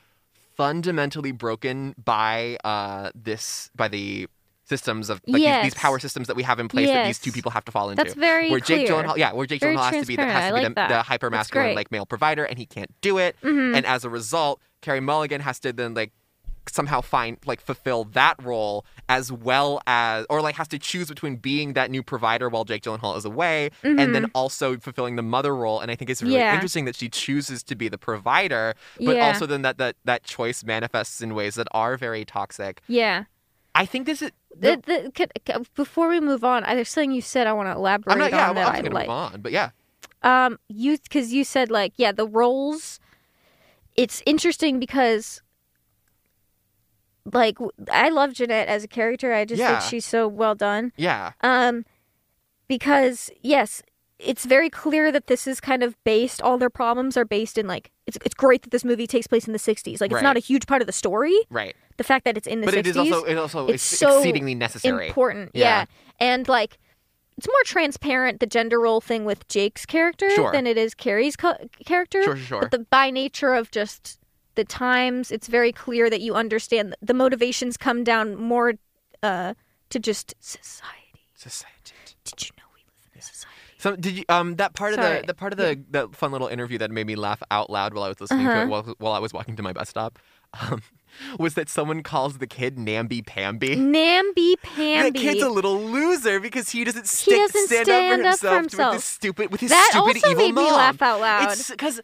[SPEAKER 4] fundamentally broken by uh this by the systems of like these,
[SPEAKER 5] Yes.
[SPEAKER 4] these power systems that we have in place that these
[SPEAKER 5] Yes.
[SPEAKER 4] two people have to fall into
[SPEAKER 5] That's very
[SPEAKER 4] where
[SPEAKER 5] clear.
[SPEAKER 4] Jake Gyllenhaal, yeah, where Jake
[SPEAKER 5] Very
[SPEAKER 4] Gyllenhaal has to be the,
[SPEAKER 5] transparent.
[SPEAKER 4] has to
[SPEAKER 5] I
[SPEAKER 4] be
[SPEAKER 5] like
[SPEAKER 4] the,
[SPEAKER 5] that.
[SPEAKER 4] the hyper
[SPEAKER 5] That's
[SPEAKER 4] masculine
[SPEAKER 5] great.
[SPEAKER 4] like male provider, and he can't do it.
[SPEAKER 5] Mhm.
[SPEAKER 4] And as a result, Carrie Mulligan has to then like somehow find like fulfill that role as well as or like has to choose between being that new provider while Jake Gyllenhaal is away and then also fulfilling the mother role and I think it's really
[SPEAKER 5] Mm-hmm. Yeah.
[SPEAKER 4] interesting that she chooses to be the provider but
[SPEAKER 5] Yeah.
[SPEAKER 4] also then that, that that choice manifests in ways that are very toxic
[SPEAKER 5] Yeah.
[SPEAKER 4] I think this is
[SPEAKER 5] The, the, could, could- before we move on, there's something you said I want to elaborate
[SPEAKER 4] I'm not yeah
[SPEAKER 5] on
[SPEAKER 4] I'm,
[SPEAKER 5] that
[SPEAKER 4] I'm
[SPEAKER 5] I
[SPEAKER 4] gonna
[SPEAKER 5] like.
[SPEAKER 4] move on but yeah
[SPEAKER 5] Um, you because you said like yeah, the roles. It's interesting because, like, w- I love Jeanette as a character. I just
[SPEAKER 4] Yeah.
[SPEAKER 5] think she's so well done.
[SPEAKER 4] yeah
[SPEAKER 5] Um, because yes, it's very clear that this is kind of based all their problems are based in like it's it's great that this movie takes place in the 60s. Like
[SPEAKER 4] Right.
[SPEAKER 5] it's not a huge part of the story.
[SPEAKER 4] Right.
[SPEAKER 5] The fact that it's in the
[SPEAKER 4] But
[SPEAKER 5] 60s
[SPEAKER 4] it is also it also
[SPEAKER 5] it's
[SPEAKER 4] is
[SPEAKER 5] so
[SPEAKER 4] exceedingly necessary.
[SPEAKER 5] important.
[SPEAKER 4] Yeah.
[SPEAKER 5] Yeah. And like it's more transparent the gender role thing with Jake's character
[SPEAKER 4] Sure.
[SPEAKER 5] than it is Carrie's co- character.
[SPEAKER 4] Sure, sure, sure.
[SPEAKER 5] But the by nature of just the times, it's very clear that you understand that the motivations come down more uh, to just society.
[SPEAKER 4] Society.
[SPEAKER 5] Did you know we live in a society?
[SPEAKER 4] Some did you um that part of
[SPEAKER 5] Sorry.
[SPEAKER 4] the the part of the that fun little interview that made me laugh out loud while I was listening
[SPEAKER 5] Uh-huh.
[SPEAKER 4] to it while, while I was walking to my bus stop, um, *laughs* was that someone calls the kid Namby Pamby.
[SPEAKER 5] Namby
[SPEAKER 4] That
[SPEAKER 5] pamby.
[SPEAKER 4] kid's uh, a little loser because he doesn't, stick,
[SPEAKER 5] doesn't
[SPEAKER 4] stand,
[SPEAKER 5] stand
[SPEAKER 4] up
[SPEAKER 5] up
[SPEAKER 4] for
[SPEAKER 5] for
[SPEAKER 4] himself,
[SPEAKER 5] himself.
[SPEAKER 4] with his stupid with his
[SPEAKER 5] That
[SPEAKER 4] stupid
[SPEAKER 5] also
[SPEAKER 4] evil
[SPEAKER 5] made me
[SPEAKER 4] mom.
[SPEAKER 5] laugh out loud.
[SPEAKER 4] It's because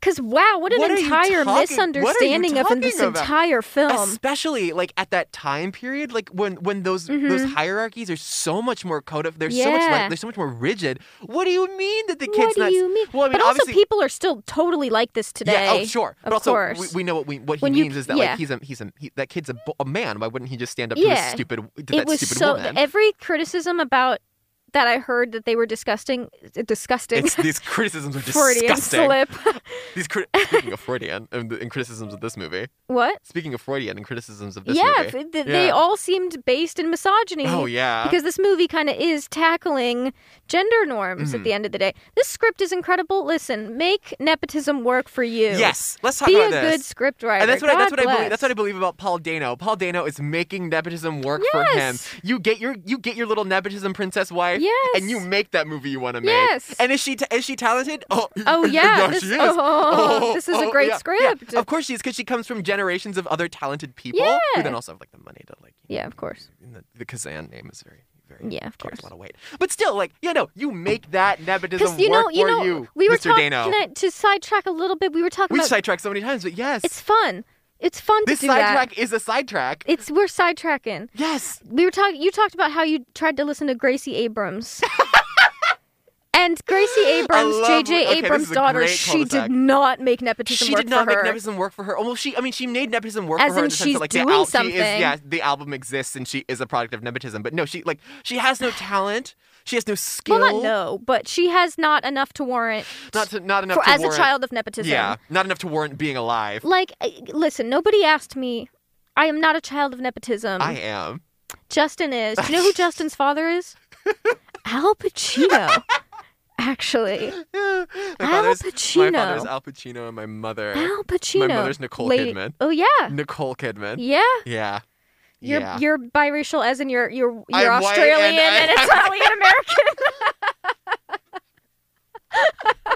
[SPEAKER 5] Because wow, what an
[SPEAKER 4] What are you
[SPEAKER 5] entire
[SPEAKER 4] talking- what are you
[SPEAKER 5] misunderstanding of
[SPEAKER 4] talking
[SPEAKER 5] this
[SPEAKER 4] about?
[SPEAKER 5] entire film.
[SPEAKER 4] especially like at that time period like when when those those hierarchies are so much more codified they're so much like
[SPEAKER 5] Mm-hmm. Yeah.
[SPEAKER 4] they're so much more rigid what do you mean that the kids
[SPEAKER 5] What do
[SPEAKER 4] not
[SPEAKER 5] you mean?
[SPEAKER 4] well i mean
[SPEAKER 5] but also,
[SPEAKER 4] obviously
[SPEAKER 5] people are still totally like this today.
[SPEAKER 4] yeah oh sure
[SPEAKER 5] Of
[SPEAKER 4] but also
[SPEAKER 5] course.
[SPEAKER 4] We, we know what we what he
[SPEAKER 5] When you-
[SPEAKER 4] means is that
[SPEAKER 5] yeah.
[SPEAKER 4] like he's a he's a he, that kid's a, bo- a man why wouldn't he just stand up to
[SPEAKER 5] Yeah.
[SPEAKER 4] his stupid to
[SPEAKER 5] it
[SPEAKER 4] that
[SPEAKER 5] was
[SPEAKER 4] stupid
[SPEAKER 5] so
[SPEAKER 4] woman
[SPEAKER 5] every criticism about that I heard that they were disgusting, disgusting.
[SPEAKER 4] *laughs*
[SPEAKER 5] *laughs*
[SPEAKER 4] it's, these criticisms are
[SPEAKER 5] Freudian
[SPEAKER 4] disgusting.
[SPEAKER 5] slip.
[SPEAKER 4] These cri- speaking of Freudian and, the- and criticisms of this movie.
[SPEAKER 5] *laughs* what?
[SPEAKER 4] Speaking of Freudian and criticisms of this
[SPEAKER 5] yeah,
[SPEAKER 4] movie.
[SPEAKER 5] f- th- they
[SPEAKER 4] Yeah.
[SPEAKER 5] all seemed based in misogyny.
[SPEAKER 4] Oh yeah.
[SPEAKER 5] Because this movie kind of is tackling gender norms
[SPEAKER 4] Mm-hmm.
[SPEAKER 5] at the end of the day. This script is incredible. Listen, make nepotism work for you.
[SPEAKER 4] yes, let's talk
[SPEAKER 5] Be
[SPEAKER 4] about
[SPEAKER 5] a
[SPEAKER 4] this.
[SPEAKER 5] good scriptwriter.
[SPEAKER 4] And that's what I, that's
[SPEAKER 5] God
[SPEAKER 4] what I believe.
[SPEAKER 5] bless.
[SPEAKER 4] That's what I believe about Paul Dano. Paul Dano is making nepotism work for him.
[SPEAKER 5] Yes.
[SPEAKER 4] You get your you get your little nepotism princess wife,
[SPEAKER 5] Yes.
[SPEAKER 4] and you make that movie you want to
[SPEAKER 5] Yes.
[SPEAKER 4] make. And is she ta- is she talented? Oh,
[SPEAKER 5] Oh, yeah,
[SPEAKER 4] *laughs* yeah,
[SPEAKER 5] this-
[SPEAKER 4] she is.
[SPEAKER 5] oh, this is a great
[SPEAKER 4] yeah, yeah.
[SPEAKER 5] script.
[SPEAKER 4] Of course she is, because she comes from generations of other talented people who
[SPEAKER 5] Yeah.
[SPEAKER 4] then also have like the money to like. You
[SPEAKER 5] Yeah, of course.
[SPEAKER 4] know, the, the Kazan name is very very
[SPEAKER 5] Yeah, of
[SPEAKER 4] carries
[SPEAKER 5] course.
[SPEAKER 4] a lot of weight. But still, like you know, you make that nepotism
[SPEAKER 5] Because you know,
[SPEAKER 4] work
[SPEAKER 5] you
[SPEAKER 4] for
[SPEAKER 5] know,
[SPEAKER 4] you,
[SPEAKER 5] we were
[SPEAKER 4] Mr.
[SPEAKER 5] talking
[SPEAKER 4] Dano.
[SPEAKER 5] can I- to sidetrack a little bit. We were talking
[SPEAKER 4] we
[SPEAKER 5] about
[SPEAKER 4] sidetracked so many times, but yes,
[SPEAKER 5] it's fun. It's fun
[SPEAKER 4] this
[SPEAKER 5] to do that.
[SPEAKER 4] sidetrack is a sidetrack.
[SPEAKER 5] It's we're sidetracking.
[SPEAKER 4] Yes.
[SPEAKER 5] We were talking. You talked about how you tried to listen to Gracie
[SPEAKER 4] *laughs*
[SPEAKER 5] Abrams. And Gracie Abrams,
[SPEAKER 4] love-
[SPEAKER 5] J.J.
[SPEAKER 4] okay, this
[SPEAKER 5] Abrams'
[SPEAKER 4] is a
[SPEAKER 5] daughter,
[SPEAKER 4] great
[SPEAKER 5] she
[SPEAKER 4] cul-de-sac.
[SPEAKER 5] did not make nepotism
[SPEAKER 4] She
[SPEAKER 5] work
[SPEAKER 4] did not
[SPEAKER 5] for
[SPEAKER 4] make
[SPEAKER 5] her.
[SPEAKER 4] nepotism work for her. Oh, well, she I mean she made nepotism work
[SPEAKER 5] As
[SPEAKER 4] for her
[SPEAKER 5] in
[SPEAKER 4] in the sense
[SPEAKER 5] she's
[SPEAKER 4] that like the
[SPEAKER 5] doing
[SPEAKER 4] album is
[SPEAKER 5] something.
[SPEAKER 4] yeah, the album exists and she is a product of nepotism. But no, she like she has no talent. She has no skill.
[SPEAKER 5] well, not no, but she has not enough to warrant
[SPEAKER 4] Not to, not enough
[SPEAKER 5] for
[SPEAKER 4] to
[SPEAKER 5] as
[SPEAKER 4] warrant,
[SPEAKER 5] a child of nepotism.
[SPEAKER 4] Yeah, not enough to warrant being alive.
[SPEAKER 5] Like, I- listen, nobody asked me. I am not a child of nepotism.
[SPEAKER 4] I am.
[SPEAKER 5] Justin is. Do you know
[SPEAKER 4] *laughs*
[SPEAKER 5] who Justin's father is? Al Pacino. Actually,
[SPEAKER 4] Yeah. *laughs* My
[SPEAKER 5] Al
[SPEAKER 4] father's my
[SPEAKER 5] Pacino.
[SPEAKER 4] father's Al Pacino and my mother
[SPEAKER 5] Al Pacino.
[SPEAKER 4] mother's Nicole Kidman. Mm-hmm.
[SPEAKER 5] Oh yeah,
[SPEAKER 4] Nicole Kidman.
[SPEAKER 5] yeah.
[SPEAKER 4] Yeah.
[SPEAKER 5] You're
[SPEAKER 4] yeah.
[SPEAKER 5] you're biracial, as in you're you're you're
[SPEAKER 4] I'm white and
[SPEAKER 5] Australian and,
[SPEAKER 4] I-
[SPEAKER 5] Italian American.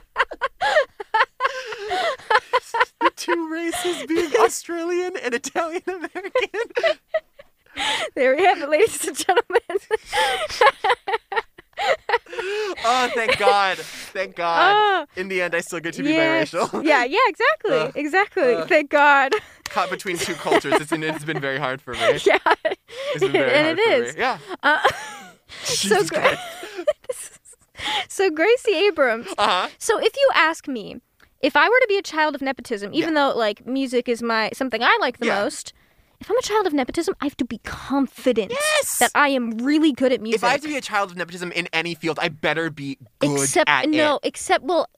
[SPEAKER 5] *laughs*
[SPEAKER 4] the two races
[SPEAKER 5] *laughs*
[SPEAKER 4] being Australian and Italian American.
[SPEAKER 5] there we have it, ladies and gentlemen.
[SPEAKER 4] Oh, thank God. Thank
[SPEAKER 5] *laughs*
[SPEAKER 4] God. In the end, I still get *laughs* to be
[SPEAKER 5] Ah. Yes.
[SPEAKER 4] biracial. *laughs*
[SPEAKER 5] yeah, yeah, exactly,
[SPEAKER 4] Uh,
[SPEAKER 5] exactly. Thank God. *laughs*
[SPEAKER 4] Caught between two cultures. It's, been- it's been very hard for me. It's
[SPEAKER 5] yeah,
[SPEAKER 4] been very
[SPEAKER 5] and
[SPEAKER 4] hard
[SPEAKER 5] it
[SPEAKER 4] for
[SPEAKER 5] is.
[SPEAKER 4] Me. Yeah. *laughs*
[SPEAKER 5] Uh,
[SPEAKER 4] Jesus
[SPEAKER 5] great.
[SPEAKER 4] Christ.
[SPEAKER 5] *laughs* so Gracie Abrams.
[SPEAKER 4] Uh-huh.
[SPEAKER 5] So if you ask me, if I were to be a child of nepotism, even though like music is my something I like the
[SPEAKER 4] Yeah.
[SPEAKER 5] most, if I'm a child of nepotism, I have to be confident
[SPEAKER 4] Yes!
[SPEAKER 5] that I am really good at music.
[SPEAKER 4] If I have to be a child of nepotism in any field, I better be good
[SPEAKER 5] except
[SPEAKER 4] at
[SPEAKER 5] no,
[SPEAKER 4] it.
[SPEAKER 5] except well,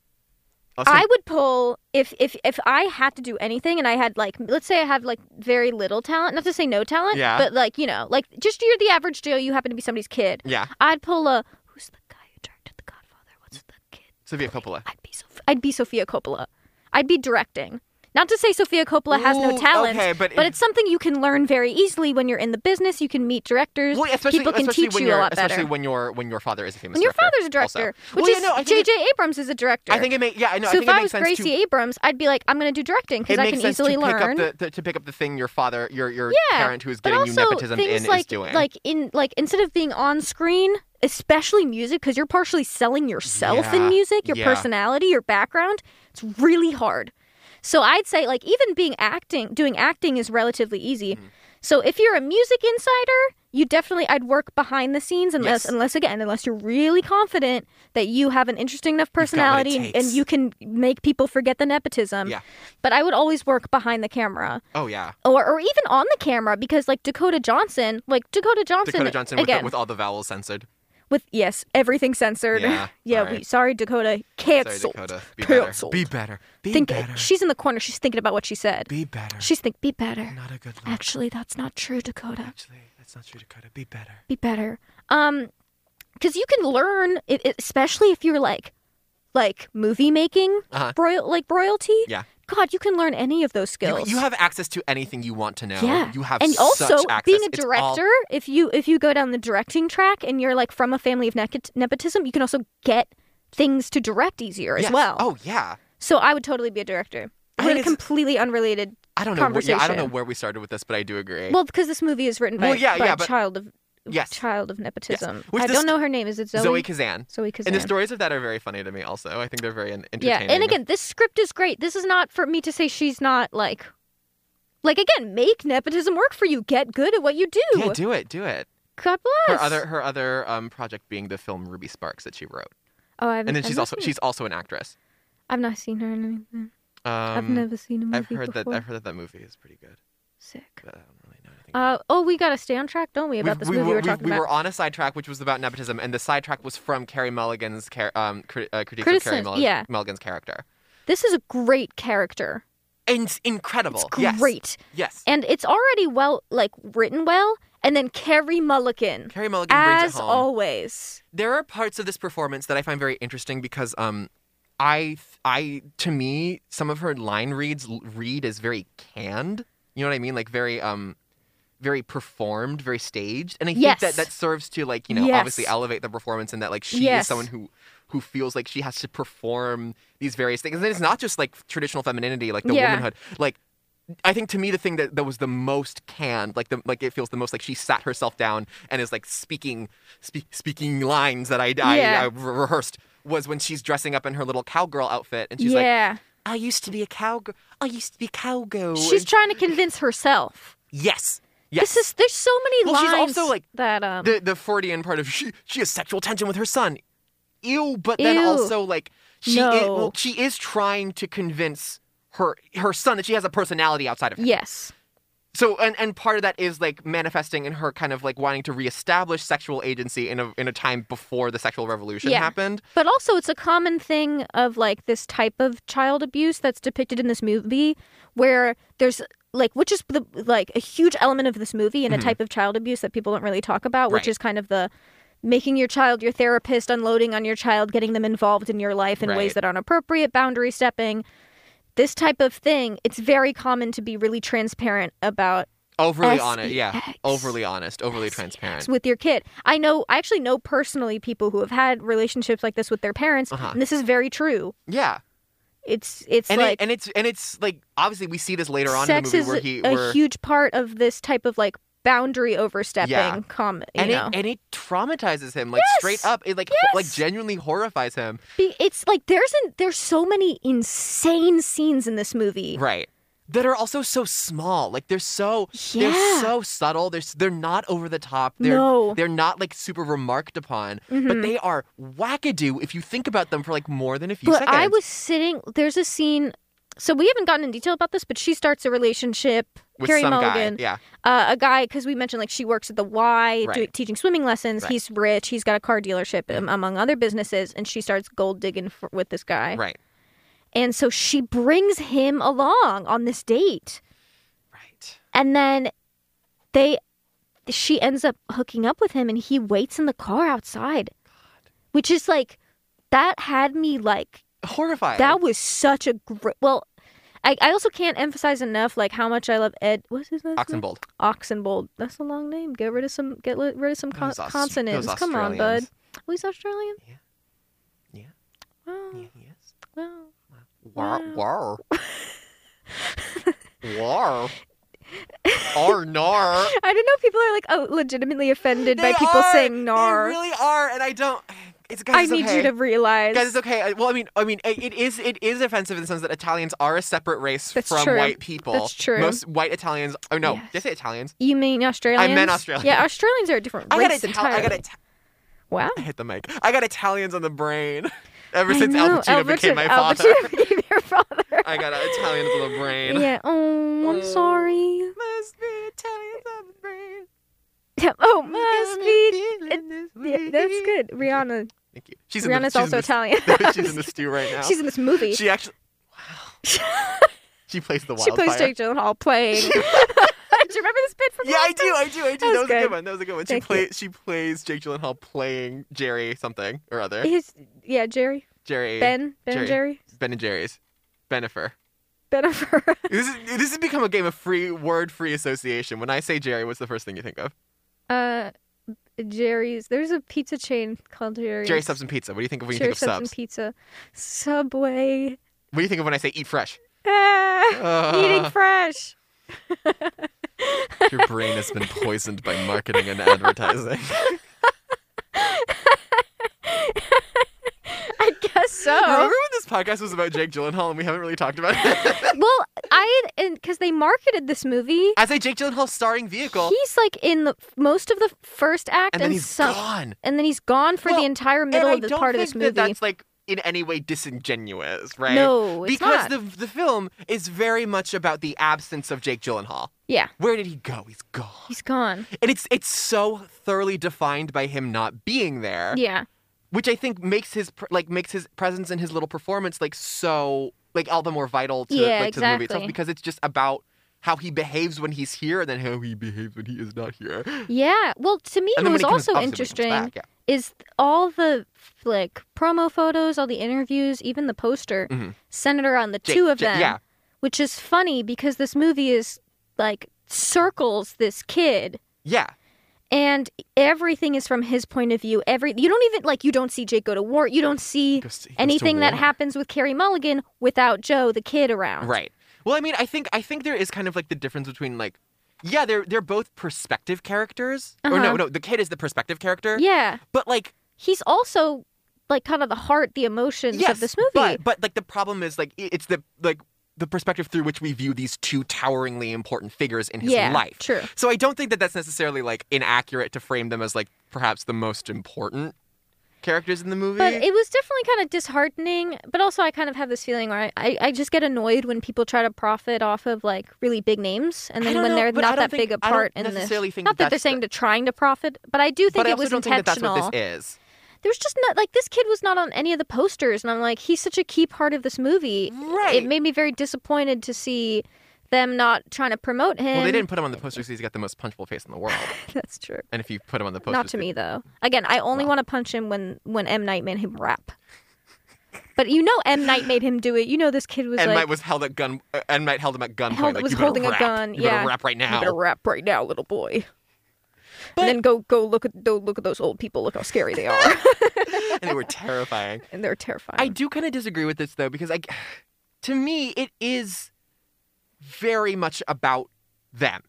[SPEAKER 4] Also,
[SPEAKER 5] I would pull if if if I had to do anything and I had like let's say I have like very little talent, not to say no talent,
[SPEAKER 4] Yeah.
[SPEAKER 5] but like you know, like just you're the average Joe, you happen to be somebody's kid.
[SPEAKER 4] Yeah.
[SPEAKER 5] I'd pull a who's the guy who directed The Godfather? What's the kid?
[SPEAKER 4] Sophia Coppola.
[SPEAKER 5] I'd be Sof- I'd be Sophia Coppola. I'd be directing. Not to say Sophia Coppola has
[SPEAKER 4] Ooh,
[SPEAKER 5] no talent,
[SPEAKER 4] okay, but if-
[SPEAKER 5] it's something you can learn very easily when you're in the business. You can meet directors.
[SPEAKER 4] Well, especially,
[SPEAKER 5] People can
[SPEAKER 4] especially
[SPEAKER 5] teach
[SPEAKER 4] when
[SPEAKER 5] you a
[SPEAKER 4] you're-
[SPEAKER 5] lot better.
[SPEAKER 4] Especially when your when your father is a famous.
[SPEAKER 5] And your
[SPEAKER 4] director
[SPEAKER 5] father's a director,
[SPEAKER 4] also.
[SPEAKER 5] which
[SPEAKER 4] well, yeah,
[SPEAKER 5] is
[SPEAKER 4] no, I think
[SPEAKER 5] J.J.
[SPEAKER 4] It,
[SPEAKER 5] Abrams is a director.
[SPEAKER 4] I think it makes yeah. I know.
[SPEAKER 5] so
[SPEAKER 4] I think
[SPEAKER 5] if
[SPEAKER 4] it
[SPEAKER 5] I
[SPEAKER 4] makes
[SPEAKER 5] was
[SPEAKER 4] sense
[SPEAKER 5] Gracie
[SPEAKER 4] to,
[SPEAKER 5] Abrams, I'd be like, I'm going to do directing because
[SPEAKER 4] it
[SPEAKER 5] I
[SPEAKER 4] makes
[SPEAKER 5] can
[SPEAKER 4] sense
[SPEAKER 5] easily
[SPEAKER 4] to pick
[SPEAKER 5] learn.
[SPEAKER 4] up the, the to pick up the thing your father your your
[SPEAKER 5] yeah,
[SPEAKER 4] parent who is
[SPEAKER 5] but
[SPEAKER 4] getting
[SPEAKER 5] also
[SPEAKER 4] you nepotism
[SPEAKER 5] things
[SPEAKER 4] in
[SPEAKER 5] like,
[SPEAKER 4] is doing.
[SPEAKER 5] like in like instead of being on screen, especially music, because you're partially selling yourself
[SPEAKER 4] Yeah,
[SPEAKER 5] in music, your
[SPEAKER 4] yeah.
[SPEAKER 5] personality, your background. It's really hard. So I'd say like even being acting, doing acting is relatively easy.
[SPEAKER 4] Mm-hmm.
[SPEAKER 5] So if you're a music insider, you definitely I'd work behind the scenes unless
[SPEAKER 4] Yes.
[SPEAKER 5] unless again unless you're really confident that you have an interesting enough personality and, and
[SPEAKER 4] takes.
[SPEAKER 5] you can make people forget the nepotism.
[SPEAKER 4] Yeah.
[SPEAKER 5] But I would always work behind the camera
[SPEAKER 4] oh yeah.
[SPEAKER 5] or, or even on the camera because like Dakota Johnson, like Dakota Johnson,
[SPEAKER 4] Dakota Johnson with,
[SPEAKER 5] again,
[SPEAKER 4] the, with all the vowels censored.
[SPEAKER 5] with yes, everything censored.
[SPEAKER 4] Yeah,
[SPEAKER 5] *laughs* yeah.
[SPEAKER 4] alright.
[SPEAKER 5] We sorry Dakota
[SPEAKER 4] Sorry,
[SPEAKER 5] canceled.
[SPEAKER 4] Dakota. Be better.
[SPEAKER 5] Canceled.
[SPEAKER 4] Be better. Be
[SPEAKER 5] Think
[SPEAKER 4] better.
[SPEAKER 5] she's in the corner. She's thinking about what she said.
[SPEAKER 4] Be better.
[SPEAKER 5] she's think be better.
[SPEAKER 4] not a good look.
[SPEAKER 5] Actually, that's not true, Dakota.
[SPEAKER 4] Actually, that's not true, Dakota. Be better.
[SPEAKER 5] Be better. Um, because you can learn, i- i- especially if you're like, like movie making,
[SPEAKER 4] Uh-huh.
[SPEAKER 5] broil- like royalty.
[SPEAKER 4] Yeah.
[SPEAKER 5] God, you can learn any of those
[SPEAKER 4] You,
[SPEAKER 5] skills.
[SPEAKER 4] you have access to anything you want to know.
[SPEAKER 5] yeah.
[SPEAKER 4] You have
[SPEAKER 5] and
[SPEAKER 4] such
[SPEAKER 5] also
[SPEAKER 4] access.
[SPEAKER 5] being a
[SPEAKER 4] It's all-
[SPEAKER 5] director. If you if you go down the directing track and you're like from a family of nec- nepotism, you can also get things to direct easier as
[SPEAKER 4] Yes.
[SPEAKER 5] well.
[SPEAKER 4] Oh yeah.
[SPEAKER 5] So I would totally be a director.
[SPEAKER 4] I
[SPEAKER 5] We're
[SPEAKER 4] think
[SPEAKER 5] in a
[SPEAKER 4] it's-
[SPEAKER 5] completely unrelated.
[SPEAKER 4] I don't know. Where, yeah, I don't know
[SPEAKER 5] Conversation.
[SPEAKER 4] where we started with this, but I do agree.
[SPEAKER 5] Well, because this movie is written by,
[SPEAKER 4] Well, yeah,
[SPEAKER 5] by
[SPEAKER 4] yeah,
[SPEAKER 5] a
[SPEAKER 4] but-
[SPEAKER 5] child of
[SPEAKER 4] Yes.
[SPEAKER 5] child of nepotism.
[SPEAKER 4] Which
[SPEAKER 5] I
[SPEAKER 4] the
[SPEAKER 5] don't
[SPEAKER 4] st-
[SPEAKER 5] know her name. Is it Zoe?
[SPEAKER 4] Zoe Kazan.
[SPEAKER 5] Zoe Kazan.
[SPEAKER 4] And the stories of that are very funny to me. Also, I think they're very en-
[SPEAKER 5] yeah,
[SPEAKER 4] entertaining.
[SPEAKER 5] and again, this script is great. This is not for me to say she's not like, like again, make nepotism work for you. Get good at what you do.
[SPEAKER 4] yeah, do it, do it.
[SPEAKER 5] God bless.
[SPEAKER 4] Her other her other um, project being the film Ruby Sparks that she wrote,
[SPEAKER 5] oh, I've,
[SPEAKER 4] and then
[SPEAKER 5] I've
[SPEAKER 4] she's
[SPEAKER 5] not
[SPEAKER 4] also
[SPEAKER 5] seen-
[SPEAKER 4] she's also an actress.
[SPEAKER 5] I've not seen her in anything.
[SPEAKER 4] Um,
[SPEAKER 5] I've never seen a movie
[SPEAKER 4] I've heard
[SPEAKER 5] before.
[SPEAKER 4] that I've heard that that movie is pretty good,
[SPEAKER 5] Sick.
[SPEAKER 4] but I don't really know anything.
[SPEAKER 5] Uh, oh, we gotta stay on track, don't we? About this
[SPEAKER 4] we,
[SPEAKER 5] movie
[SPEAKER 4] were,
[SPEAKER 5] are talking
[SPEAKER 4] we, we
[SPEAKER 5] about.
[SPEAKER 4] were on a sidetrack which was about nepotism, and the sidetrack was from Carrie Mulligan's char- um, cri- uh, critique of Carrie
[SPEAKER 5] Criticism,
[SPEAKER 4] Mulli-
[SPEAKER 5] yeah.
[SPEAKER 4] Mulligan's character.
[SPEAKER 5] This is a great character.
[SPEAKER 4] And it's incredible. yes.
[SPEAKER 5] Great.
[SPEAKER 4] Yes.
[SPEAKER 5] And it's already well, like written well. And then Carrie Mulligan,
[SPEAKER 4] Carrie Mulligan brings
[SPEAKER 5] as
[SPEAKER 4] it home.
[SPEAKER 5] always.
[SPEAKER 4] there are parts of this performance that I find very interesting because um I I to me some of her line reads read is very canned. You know what I mean? Like very um very performed, very staged. And I think
[SPEAKER 5] Yes.
[SPEAKER 4] that that serves to like, you know,
[SPEAKER 5] Yes.
[SPEAKER 4] obviously elevate the performance and that like she
[SPEAKER 5] Yes.
[SPEAKER 4] is someone who who feels like she has to perform these various things. And it's not just like traditional femininity, like the
[SPEAKER 5] Yeah.
[SPEAKER 4] womanhood. Like I think to me the thing that, that was the most canned, like the like it feels the most like she sat herself down and is like speaking spe- speaking lines that I I,
[SPEAKER 5] Yeah.
[SPEAKER 4] I re- rehearsed was when she's dressing up in her little cowgirl outfit and she's like,
[SPEAKER 5] yeah.
[SPEAKER 4] I used to be a cowgirl. I used to be a cowgirl.
[SPEAKER 5] She's
[SPEAKER 4] And-
[SPEAKER 5] trying to convince herself.
[SPEAKER 4] yes, yes.
[SPEAKER 5] This is there's so many
[SPEAKER 4] Well, she's
[SPEAKER 5] lines
[SPEAKER 4] also, like,
[SPEAKER 5] that um
[SPEAKER 4] the the Freudian part of she she has sexual tension with her son. Ew, but then
[SPEAKER 5] Ew.
[SPEAKER 4] also like she
[SPEAKER 5] No.
[SPEAKER 4] is, well, she is trying to convince her her son that she has a personality outside of her.
[SPEAKER 5] yes.
[SPEAKER 4] so and and part of that is like manifesting in her kind of like wanting to reestablish sexual agency in a in a time before the sexual revolution
[SPEAKER 5] Yeah.
[SPEAKER 4] happened.
[SPEAKER 5] But also it's a common thing of like this type of child abuse that's depicted in this movie where there's like which is the like a huge element of this movie and a type of child abuse that people don't really talk about which
[SPEAKER 4] Mm-hmm. Right.
[SPEAKER 5] is kind of the making your child your therapist, unloading on your child, getting them involved in your life in ways
[SPEAKER 4] Right.
[SPEAKER 5] that aren't appropriate, boundary stepping. This type of thing, it's very common to be really transparent about
[SPEAKER 4] Overly
[SPEAKER 5] E
[SPEAKER 4] honest, yeah.
[SPEAKER 5] SEX.
[SPEAKER 4] Overly honest,
[SPEAKER 5] E
[SPEAKER 4] overly transparent.
[SPEAKER 5] with your kid. I know, I actually know personally people who have had relationships like this with their parents,
[SPEAKER 4] Uh-huh.
[SPEAKER 5] and this is very true.
[SPEAKER 4] Yeah,
[SPEAKER 5] It's it's
[SPEAKER 4] and
[SPEAKER 5] like
[SPEAKER 4] it, and it's and it's like obviously we see this later on in the
[SPEAKER 5] sex
[SPEAKER 4] movie
[SPEAKER 5] is
[SPEAKER 4] where he
[SPEAKER 5] a
[SPEAKER 4] where,
[SPEAKER 5] huge part of this type of like boundary overstepping.
[SPEAKER 4] Yeah.
[SPEAKER 5] Com- you
[SPEAKER 4] and
[SPEAKER 5] know,
[SPEAKER 4] it and it traumatizes him like straight up. It like ho-
[SPEAKER 5] Yes!
[SPEAKER 4] like genuinely horrifies him.
[SPEAKER 5] Be- it's like there's an, there's so many insane scenes in this movie.
[SPEAKER 4] Right. That are also so small. Like they're so
[SPEAKER 5] Yeah.
[SPEAKER 4] they're so subtle. They're s- they're not over the top. They're
[SPEAKER 5] No. Mm-hmm.
[SPEAKER 4] they're not like super remarked upon, but they are wackadoo if you think about them for like more than a few
[SPEAKER 5] but
[SPEAKER 4] seconds.
[SPEAKER 5] I was sitting. There's a scene. So we haven't gotten in detail about this, but she starts a relationship.
[SPEAKER 4] with
[SPEAKER 5] Carrie
[SPEAKER 4] some
[SPEAKER 5] Mulligan,
[SPEAKER 4] guy. Yeah.
[SPEAKER 5] uh, a guy because we mentioned like she works at the Y do,
[SPEAKER 4] Right.
[SPEAKER 5] teaching swimming lessons.
[SPEAKER 4] Right. Mm-hmm.
[SPEAKER 5] He's rich. He's got a car dealership um, among other businesses, and she starts gold digging for, with this guy.
[SPEAKER 4] Right.
[SPEAKER 5] And so she brings him along on this date,
[SPEAKER 4] Right.
[SPEAKER 5] and then they she ends up hooking up with him, and he waits in the car outside, which is like that had me like
[SPEAKER 4] Horrifying.
[SPEAKER 5] that was such a great well. I, I also can't emphasize enough like how much I love Ed. What's his last name?
[SPEAKER 4] Oxenbold.
[SPEAKER 5] Oxenbold. That's a long name. Get rid of some. Get li- rid of some con-
[SPEAKER 4] Those Aus-
[SPEAKER 5] consonants.
[SPEAKER 4] those
[SPEAKER 5] Come on, bud.
[SPEAKER 4] Australians.
[SPEAKER 5] Oh, he's Australian. Oh,
[SPEAKER 4] Yeah. Yeah.
[SPEAKER 5] Wow.
[SPEAKER 4] Yeah, yes.
[SPEAKER 5] wow.
[SPEAKER 4] War,
[SPEAKER 5] Wow. *laughs*
[SPEAKER 4] war. war. Or nar.
[SPEAKER 5] I didn't know people are like oh, legitimately offended by
[SPEAKER 4] They
[SPEAKER 5] people
[SPEAKER 4] are.
[SPEAKER 5] saying "nar."
[SPEAKER 4] They really are, and I don't. It's guys.
[SPEAKER 5] I
[SPEAKER 4] it's
[SPEAKER 5] need
[SPEAKER 4] okay.
[SPEAKER 5] you to realize.
[SPEAKER 4] Guys, it's okay. I- Well, I mean, I mean, i- it is it is offensive in the sense that Italians are a separate race
[SPEAKER 5] That's
[SPEAKER 4] from
[SPEAKER 5] true.
[SPEAKER 4] white people.
[SPEAKER 5] That's true.
[SPEAKER 4] Most white Italians. Oh no,
[SPEAKER 5] Yes.
[SPEAKER 4] did I say Italians?
[SPEAKER 5] you mean Australians?
[SPEAKER 4] Australians.
[SPEAKER 5] Yeah, Australians are a different
[SPEAKER 4] I
[SPEAKER 5] race
[SPEAKER 4] got Ital-
[SPEAKER 5] entirely.
[SPEAKER 4] I got Ita-
[SPEAKER 5] wow.
[SPEAKER 4] I hit the mic. I got Italians on the brain. *laughs* Ever
[SPEAKER 5] I
[SPEAKER 4] since
[SPEAKER 5] know.
[SPEAKER 4] Al Pacino became my
[SPEAKER 5] Al
[SPEAKER 4] father, *laughs*
[SPEAKER 5] Pacino *laughs* became your father.
[SPEAKER 4] I got Italians on the brain.
[SPEAKER 5] yeah. Oh, I'm
[SPEAKER 4] Oh. *laughs*
[SPEAKER 5] sorry. *laughs*
[SPEAKER 4] Must be Italians on the brain.
[SPEAKER 5] oh, must be. Yeah, that's good. Rihanna.
[SPEAKER 4] Thank you. She's in the-
[SPEAKER 5] Rihanna's
[SPEAKER 4] she's in
[SPEAKER 5] also
[SPEAKER 4] the-
[SPEAKER 5] Italian.
[SPEAKER 4] *laughs*
[SPEAKER 5] *laughs*
[SPEAKER 4] she's in the stew right now.
[SPEAKER 5] She's in this movie. *laughs*
[SPEAKER 4] She actually. Wow. she plays the
[SPEAKER 5] She
[SPEAKER 4] wildfire.
[SPEAKER 5] plays Jake Gyllenhaal playing. *laughs* do you remember this bit from
[SPEAKER 4] *laughs* Yeah,
[SPEAKER 5] last
[SPEAKER 4] I do, I do, I do. That was,
[SPEAKER 5] was
[SPEAKER 4] a good
[SPEAKER 5] good.
[SPEAKER 4] one. That was a good one. She
[SPEAKER 5] Thank you.
[SPEAKER 4] plays. She plays Jake Gyllenhaal playing Jerry something or other.
[SPEAKER 5] time? His, yeah, Jerry.
[SPEAKER 4] Jerry
[SPEAKER 5] Ben. Ben
[SPEAKER 4] Jerry.
[SPEAKER 5] and Jerry.
[SPEAKER 4] Ben and Jerry's. Benifer.
[SPEAKER 5] Benifer.
[SPEAKER 4] This is this has become a game of free word free association. When I say Jerry, what's the first thing you think of?
[SPEAKER 5] uh, Jerry's. There's a pizza chain called Jerry's.
[SPEAKER 4] Jerry subs and pizza. What do you think of when you
[SPEAKER 5] Jerry
[SPEAKER 4] think of
[SPEAKER 5] subs and
[SPEAKER 4] subs?
[SPEAKER 5] pizza. Subway.
[SPEAKER 4] What do you think of when I say eat fresh?
[SPEAKER 5] Ah,
[SPEAKER 4] Uh,
[SPEAKER 5] eating fresh.
[SPEAKER 4] your brain has been poisoned by marketing
[SPEAKER 5] *laughs*
[SPEAKER 4] and advertising.
[SPEAKER 5] I guess
[SPEAKER 4] Remember
[SPEAKER 5] so.
[SPEAKER 4] when this podcast was about Jake Gyllenhaal and we haven't really talked about
[SPEAKER 5] *laughs*
[SPEAKER 4] it?
[SPEAKER 5] well, I because they marketed this movie.
[SPEAKER 4] As a Jake Gyllenhaal starring vehicle,
[SPEAKER 5] He's like in the most of the first act and,
[SPEAKER 4] and then he's
[SPEAKER 5] some,
[SPEAKER 4] gone.
[SPEAKER 5] and then he's gone for
[SPEAKER 4] Well,
[SPEAKER 5] the entire
[SPEAKER 4] and
[SPEAKER 5] middle
[SPEAKER 4] I
[SPEAKER 5] of the
[SPEAKER 4] don't
[SPEAKER 5] part of
[SPEAKER 4] think
[SPEAKER 5] this movie.
[SPEAKER 4] That that's like in any way disingenuous, right?
[SPEAKER 5] No, it's not.
[SPEAKER 4] because the the film is very much about the absence of Jake Gyllenhaal.
[SPEAKER 5] Yeah,
[SPEAKER 4] Where did he go? He's gone,
[SPEAKER 5] he's gone.
[SPEAKER 4] and it's it's so thoroughly defined by him not being there,
[SPEAKER 5] Yeah,
[SPEAKER 4] which I think makes his pr- like makes his presence and his little performance like so like all the more vital to
[SPEAKER 5] Yeah,
[SPEAKER 4] like to the movie itself
[SPEAKER 5] exactly.
[SPEAKER 4] because it's just about how he behaves when he's here and then how he behaves when he is not here.
[SPEAKER 5] yeah. Well, to me, what
[SPEAKER 4] And then when
[SPEAKER 5] was
[SPEAKER 4] he comes-
[SPEAKER 5] also
[SPEAKER 4] obviously when he comes
[SPEAKER 5] interesting
[SPEAKER 4] back, yeah.
[SPEAKER 5] is all the like promo photos, all the interviews, even the poster centered around the
[SPEAKER 4] Jake-
[SPEAKER 5] two of
[SPEAKER 4] Jake-
[SPEAKER 5] them.
[SPEAKER 4] Mm-hmm. yeah.
[SPEAKER 5] which is funny because this movie is like circles this kid
[SPEAKER 4] Yeah.
[SPEAKER 5] and everything is from his point of view. Every you don't even like you don't see Jake go to war. You don't see
[SPEAKER 4] goes to- he goes to
[SPEAKER 5] anything that
[SPEAKER 4] war.
[SPEAKER 5] happens with Carrie Mulligan without Joe the kid around.
[SPEAKER 4] Right. Well, I mean, I think I think there is kind of like the difference between like, yeah, they're they're both perspective characters. Or no,
[SPEAKER 5] Uh-huh.
[SPEAKER 4] no, the kid is the perspective character.
[SPEAKER 5] Yeah.
[SPEAKER 4] But like,
[SPEAKER 5] He's also like kind of the heart, the emotions
[SPEAKER 4] yes,
[SPEAKER 5] of this movie.
[SPEAKER 4] But but like the problem is like i- it's the like the perspective through which we view these two toweringly important figures in his
[SPEAKER 5] yeah.
[SPEAKER 4] life.
[SPEAKER 5] True.
[SPEAKER 4] So I don't think that that's necessarily like inaccurate to frame them as like perhaps the most important characters in the movie.
[SPEAKER 5] But it was definitely kind of disheartening. But also, I kind of have this feeling where I, I, I just get annoyed when people try to profit off of like really big names, and
[SPEAKER 4] I
[SPEAKER 5] then
[SPEAKER 4] don't
[SPEAKER 5] when
[SPEAKER 4] know,
[SPEAKER 5] they're
[SPEAKER 4] but I
[SPEAKER 5] not
[SPEAKER 4] don't
[SPEAKER 5] that
[SPEAKER 4] think-
[SPEAKER 5] big a
[SPEAKER 4] I don't
[SPEAKER 5] part in this.
[SPEAKER 4] necessarily think
[SPEAKER 5] not
[SPEAKER 4] that
[SPEAKER 5] that they're
[SPEAKER 4] that's
[SPEAKER 5] saying to trying to profit, but I do think
[SPEAKER 4] but I
[SPEAKER 5] it
[SPEAKER 4] also
[SPEAKER 5] was
[SPEAKER 4] don't think that that's
[SPEAKER 5] intentional.
[SPEAKER 4] what this is.
[SPEAKER 5] There's just not like this kid was not on any of the posters, and I'm like, he's such a key part of this movie.
[SPEAKER 4] Right.
[SPEAKER 5] It made me very disappointed to see them not trying to promote him.
[SPEAKER 4] Well, they didn't put him on the poster because he's got the most punchable face in the world.
[SPEAKER 5] *laughs* That's true.
[SPEAKER 4] And if you put him on the poster,
[SPEAKER 5] Not to me though. Again, I only want to punch him when when M Night made him rap. But you know, M Night made him do it. You know, this kid was
[SPEAKER 4] and
[SPEAKER 5] like,
[SPEAKER 4] Mike was held at gun. Uh, and Mike held him at gunpoint.
[SPEAKER 5] Held-
[SPEAKER 4] like,
[SPEAKER 5] was
[SPEAKER 4] you better
[SPEAKER 5] holding a
[SPEAKER 4] rap.
[SPEAKER 5] gun,
[SPEAKER 4] You
[SPEAKER 5] yeah.
[SPEAKER 4] better rap right now. *laughs*
[SPEAKER 5] better rap right now, little boy.
[SPEAKER 4] But-
[SPEAKER 5] and then go go look at go look at those old people. Look how scary they
[SPEAKER 4] *laughs*
[SPEAKER 5] are,
[SPEAKER 4] and they were terrifying.
[SPEAKER 5] and they're terrifying.
[SPEAKER 4] I do kind of disagree with this though, because I, *sighs* to me, it is very much about them.